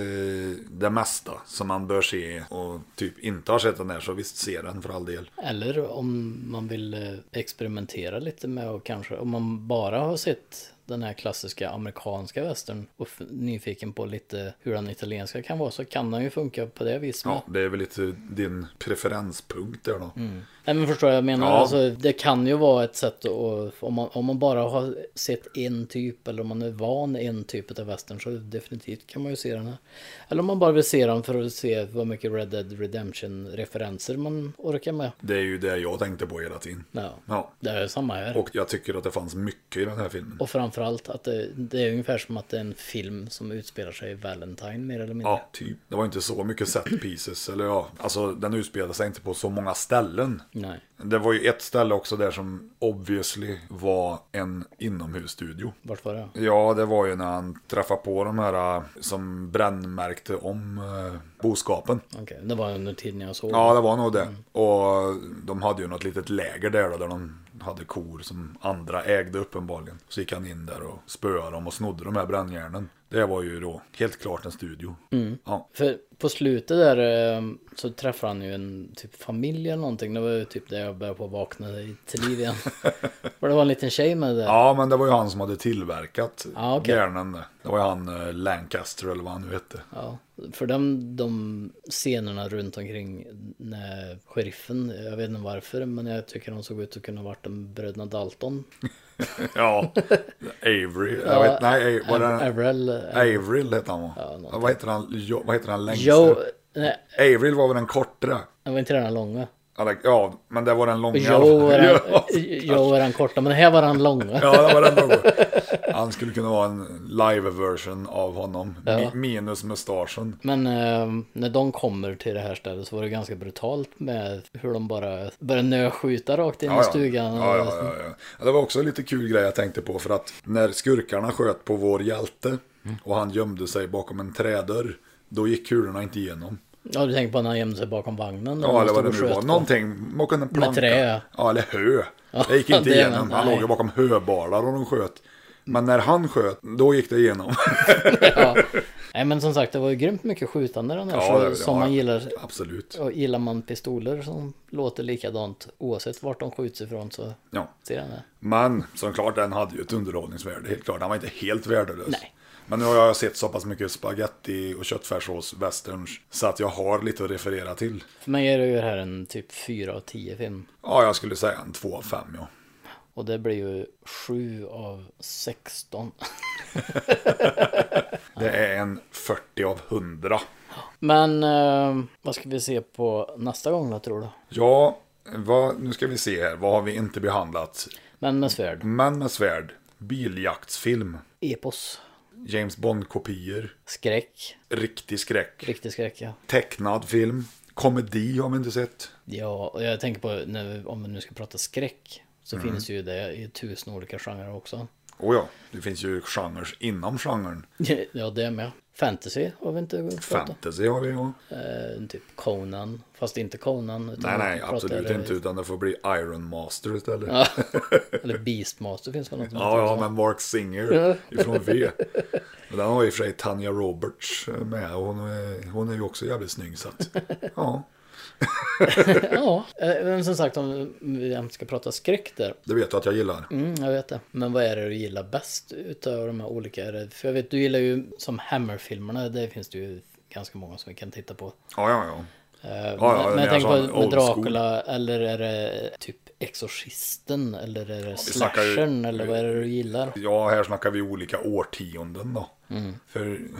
Speaker 1: det mesta som man bör se och typ inte har sett den här så visst se den för all del.
Speaker 2: Eller om man vill eh, experimentera lite med och kanske om man bara har sett den här klassiska amerikanska västern och f- nyfiken på lite hur den italienska kan vara så kan den ju funka på det viset. med.
Speaker 1: Ja, det är väl lite din preferenspunkt där då.
Speaker 2: Nej men förstår jag, jag menar?
Speaker 1: Ja.
Speaker 2: Alltså, det kan ju vara ett sätt att, om man, om man bara har sett en typ eller om man är van en typ av western så definitivt kan man ju se den här. Eller om man bara vill se den för att se vad mycket Red Dead Redemption referenser man orkar med.
Speaker 1: Det är ju det jag tänkte på hela tiden.
Speaker 2: Ja,
Speaker 1: Ja.
Speaker 2: det är samma här. Och,
Speaker 1: Och jag tycker att det fanns mycket i den här filmen.
Speaker 2: framför framförallt att det, det är ungefär som att det är en film som utspelar sig i Valentine mer eller mindre.
Speaker 1: Ja, typ. Det var inte så mycket set pieces. Eller ja, alltså den utspelade sig inte på så många ställen.
Speaker 2: Nej.
Speaker 1: Det var ju ett ställe också där som obviously var en inomhusstudio.
Speaker 2: Vart var det?
Speaker 1: Ja, det var ju när han träffade på de här äh, som brännmärkte om eh, boskapen.
Speaker 2: Okej, det var under tiden jag såg.
Speaker 1: Ja, det var nog det.
Speaker 2: Mm.
Speaker 1: Och de hade ju något litet läger där då, där de hade kor som andra ägde uppenbarligen. Så gick han in där och spöade dem och snodde de här brännjärnen. Det var ju då helt klart en studio.
Speaker 2: Mm.
Speaker 1: Ja.
Speaker 2: För på slutet där eh, så träffar han ju en typ familj eller någonting. Det var ju typ där jag började på att vakna i- till liv igen. För det var en liten tjej med där.
Speaker 1: ja, men det var ju han som hade tillverkat
Speaker 2: Ja, okej.
Speaker 1: järnen. där. Det var ju han eh, Lancaster eller vad han nu hette.
Speaker 2: Ja, för de, de scenerna runt omkring när sheriffen, jag vet inte varför, men jag tycker de såg ut att kunna varit en bröderna Dalton.
Speaker 1: Ja, Avery.
Speaker 2: Ja,
Speaker 1: Jag vet, nej, A- var
Speaker 2: Av-
Speaker 1: det...
Speaker 2: Avril, eh,
Speaker 1: Averill hette han va?
Speaker 2: någonting.
Speaker 1: vad heter han, jo, vad heter han längst?
Speaker 2: Joe, nej,
Speaker 1: Averill var väl den kortare?
Speaker 2: det var inte den här långa.
Speaker 1: Ja, det- Ja, men det var den långa.
Speaker 2: Joe var
Speaker 1: Ja.
Speaker 2: den, Joe var den korta, men det här var den långa.
Speaker 1: Ja, det var den någon. Han skulle kunna vara en live-version av honom. Mi- minus mustaschen.
Speaker 2: Men eh, när de kommer till det här stället så var det ganska brutalt med hur de bara började nöskjuta rakt in i stugan.
Speaker 1: Ja, ja, ja, ja. Ja, Det var också en lite kul grej jag tänkte på för att när skurkarna sköt på vår hjälte och han gömde sig bakom en trädörr, då gick kulorna inte igenom.
Speaker 2: Ja, du tänker på när han gömde sig bakom vagnen. när
Speaker 1: Ja,
Speaker 2: de
Speaker 1: eller
Speaker 2: stod
Speaker 1: vad det
Speaker 2: och
Speaker 1: nu
Speaker 2: sköt
Speaker 1: var.
Speaker 2: på.
Speaker 1: Någonting, man kunde planka.
Speaker 2: trä.
Speaker 1: Ja, eller hö. Det gick inte
Speaker 2: det är
Speaker 1: igenom.
Speaker 2: man-
Speaker 1: Han
Speaker 2: nej.
Speaker 1: låg ju bakom höbalar och de sköt. Men när han sköt, då gick det igenom.
Speaker 2: Nej, men som sagt, det var ju grymt mycket skjutande den här.
Speaker 1: Ja,
Speaker 2: så,
Speaker 1: det-
Speaker 2: som
Speaker 1: ja,
Speaker 2: man gillar.
Speaker 1: Absolut.
Speaker 2: Och gillar man pistoler som låter likadant oavsett vart de skjuts ifrån så
Speaker 1: Ja.
Speaker 2: ser han det.
Speaker 1: Men som klart, den hade ju ett underhållningsvärde. Helt klart, han var inte helt värdelös.
Speaker 2: Nej.
Speaker 1: Men nu har jag sett så pass mycket spaghetti och köttfärssås, westerns, så att jag har lite att referera till.
Speaker 2: För mig är det ju det här en typ 4 av 10 film.
Speaker 1: Ja, jag skulle säga en 2 av 5, ja.
Speaker 2: Och det blir ju 7 av 16.
Speaker 1: Det är en 40 av 100.
Speaker 2: Men eh, vad ska vi se på nästa gång då tror du?
Speaker 1: Ja, vad, nu ska vi se här, vad har vi inte behandlat?
Speaker 2: Men med svärd.
Speaker 1: Män med svärd, biljaktsfilm,
Speaker 2: Epos.
Speaker 1: James Bond-kopior,
Speaker 2: Skräck.
Speaker 1: riktig skräck,
Speaker 2: Riktig skräck ja.
Speaker 1: tecknad film, komedi har vi inte sett.
Speaker 2: Ja, och jag tänker på när, vi- om vi nu ska prata skräck. Så
Speaker 1: Mm.
Speaker 2: finns ju det i tusen olika genrer också.
Speaker 1: Oh ja, det finns ju genrer inom genren.
Speaker 2: Ja, det med. Fantasy har vi inte pratat om.
Speaker 1: Fantasy har vi, ja.
Speaker 2: Eh, typ Conan, fast inte Conan. Utan
Speaker 1: Nej, nej,
Speaker 2: vi pratar-
Speaker 1: absolut inte. Utan det får bli Iron Master istället. Ja,
Speaker 2: Ja. Eller Beastmaster finns väl något som
Speaker 1: ja,
Speaker 2: heter så.
Speaker 1: men Mark Singer ifrån V. Men den har i och för sig Tanja Roberts eh, med. och Hon är, hon är ju också jävligt snygg. Så att, ja,
Speaker 2: Ja, eh, men som sagt om vi inte ska prata skräck där.
Speaker 1: det vet du att jag gillar.
Speaker 2: Mm, jag vet det. Men vad är det du gillar bäst utav de här olika? Är det- För jag vet, du gillar ju som Hammer-filmerna, det finns det ju ganska många som vi kan titta på.
Speaker 1: Ja, ja, ja.
Speaker 2: Eh,
Speaker 1: ja,
Speaker 2: men
Speaker 1: det är
Speaker 2: jag tänker
Speaker 1: sån
Speaker 2: på med
Speaker 1: old school.
Speaker 2: Dracula, eller är det typ Exorcisten, eller är det
Speaker 1: snackar ju-
Speaker 2: Slashern, eller vad är det du gillar?
Speaker 1: Ja, här snackar vi olika årtionden då. För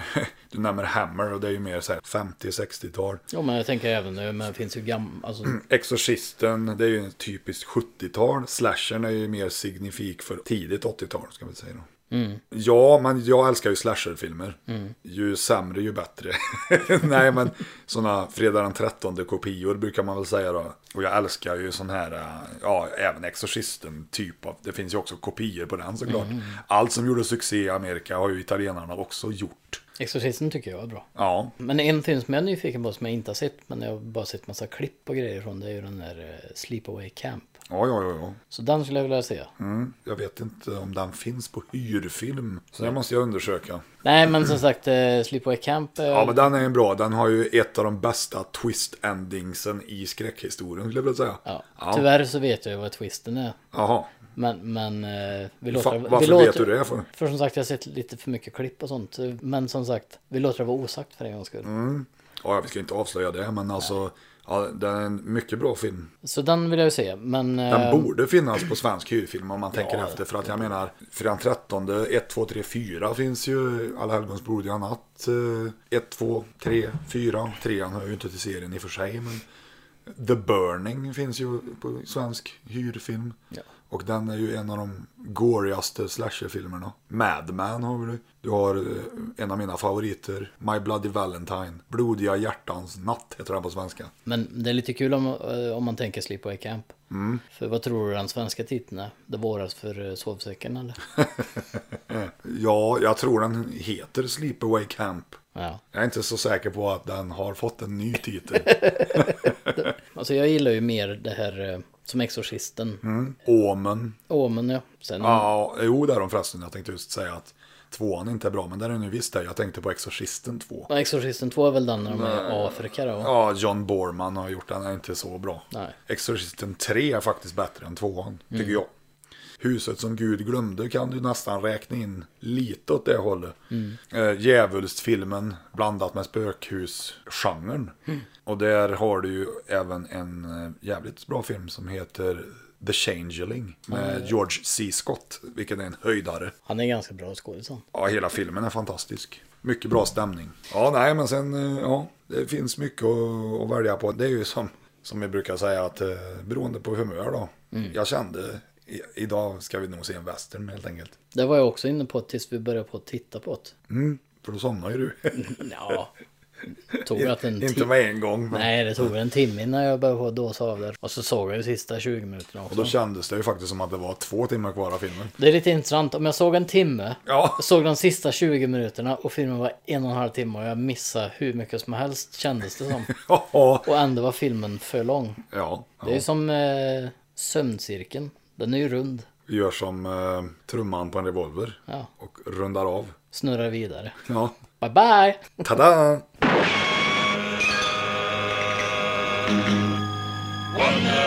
Speaker 1: du nämner Hammer och det är ju mer så här 50-60-tal.
Speaker 2: Jo, men jag tänker även nu, men det finns ju gamla, alltså
Speaker 1: Mm. Exorcisten, det är ju en typiskt 70-tal. Slashern är ju mer signifik för tidigt 80-tal, ska vi säga då. Ja, men jag älskar ju slasherfilmer. Ju sämre, ju bättre. Nej, men sådana fredag den 13 kopior brukar man väl säga då. Och jag älskar ju sån här, äh, ja, även Exorcisten typ av, det finns ju också kopior på den såklart. Allt som gjorde succé i Amerika har ju italienarna också gjort.
Speaker 2: Exorcisten tycker jag är bra.
Speaker 1: Ja,
Speaker 2: Men en film som jag är nyfiken på som jag inte har sett men jag har bara sett massa klipp och grejer från det är ju den där eh, Sleepaway Camp.
Speaker 1: ja, ja, ja. ja.
Speaker 2: Så den skulle jag vilja se.
Speaker 1: Jag vet inte om den finns på hyrfilm. Så det måste jag undersöka.
Speaker 2: Nej men som sagt eh, Sleepaway Camp. eh,
Speaker 1: Ja, men den är en bra. Den har ju ett av de bästa twist-endingsen i skräckhistorien, skulle jag vilja säga.
Speaker 2: ja. Tyvärr så vet jag ju vad twisten är.
Speaker 1: Jaha.
Speaker 2: Men, men eh, vi låter
Speaker 1: Fan,
Speaker 2: vi
Speaker 1: varför
Speaker 2: låter,
Speaker 1: vet du det för?
Speaker 2: För som sagt jag har sett lite för mycket klipp och sånt. Men som sagt vi låter det vara osagt för en gångs skull.
Speaker 1: Mm. Ja, ja, vi ska inte avslöja det, men alltså... Ja, den är en mycket bra film.
Speaker 2: Så den vill jag ju se. Men
Speaker 1: Den
Speaker 2: eh,
Speaker 1: borde finnas på svensk hyrfilm om man tänker efter. För att jag menar, Fredagen 13, 1, 2, 3, 4 finns ju. Alla helgons blodiga natt. eh, 1, 2, 3, 4. 3 hör ju inte till serien i och för sig, men... The Burning finns ju på svensk hyrfilm.
Speaker 2: Ja.
Speaker 1: Och den är ju en av de gorigaste slasherfilmerna. Madman har vi det. Du har eh, en av mina favoriter, My Bloody Valentine. Blodiga hjärtans natt heter den på svenska.
Speaker 2: Men det är lite kul om, eh, om man tänker Sleepaway Camp.
Speaker 1: Mm.
Speaker 2: För vad tror du den svenska titeln är? Det våras för eh, sovsäcken eller?
Speaker 1: Ja, jag tror den heter Sleepaway Camp.
Speaker 2: Ja.
Speaker 1: Jag är inte så säker på att den har fått en ny titel.
Speaker 2: Alltså jag gillar ju mer det här eh, som Exorcisten.
Speaker 1: Omen.
Speaker 2: Omen ja. Sen,
Speaker 1: Mm. Ja, jo det är de förresten. Jag tänkte just säga att tvåan inte är bra, men där är nu visst det. Jag tänkte på Exorcisten 2.
Speaker 2: Ja, Exorcisten 2 är väl den när de är i Afrika då?
Speaker 1: Ja, John Borman har gjort den, är inte så bra.
Speaker 2: Nej.
Speaker 1: Exorcisten 3 är faktiskt bättre än tvåan, tycker jag. Huset som Gud glömde kan du nästan räkna in lite åt det hållet. Eh, Djävulsfilmen blandat med spökhusgenren. Och där har du ju även en eh, jävligt bra film som heter The Changeling med George C. Scott, vilket är en höjdare.
Speaker 2: Han är ganska bra skådis han.
Speaker 1: Ja, hela filmen är fantastisk. Mycket bra stämning. Ja, nej, men sen, eh, ja, det finns mycket att, att välja på. Det är ju som, som vi brukar säga att eh, beroende på humör då.
Speaker 2: Mm.
Speaker 1: Jag kände, i, idag ska vi nog se en western helt enkelt.
Speaker 2: Det var jag också inne på tills vi började på att titta på det.
Speaker 1: För då somnar ju du.
Speaker 2: Ja. Tog att en
Speaker 1: Inte
Speaker 2: tim-
Speaker 1: med en gång. Men,
Speaker 2: Nej, det tog en timme innan jag började på att dåsa av där. Och så såg jag ju sista 20 minuterna
Speaker 1: och
Speaker 2: också.
Speaker 1: då kändes det ju faktiskt som att det var två timmar kvar av filmen.
Speaker 2: Det är lite intressant. Om jag såg en timme,
Speaker 1: Ja.
Speaker 2: jag såg de sista 20 minuterna och filmen var en och en halv timme och jag missade hur mycket som helst kändes det som.
Speaker 1: ja,
Speaker 2: Och ändå var filmen för lång.
Speaker 1: ja.
Speaker 2: Det är ju som eh, sömncirkeln. Den är ju rund.
Speaker 1: Gör som eh, trumman på en revolver.
Speaker 2: Ja.
Speaker 1: Och rundar av.
Speaker 2: Snurrar vidare.
Speaker 1: Ja.
Speaker 2: Bye bye!
Speaker 1: Tada!
Speaker 8: Wonder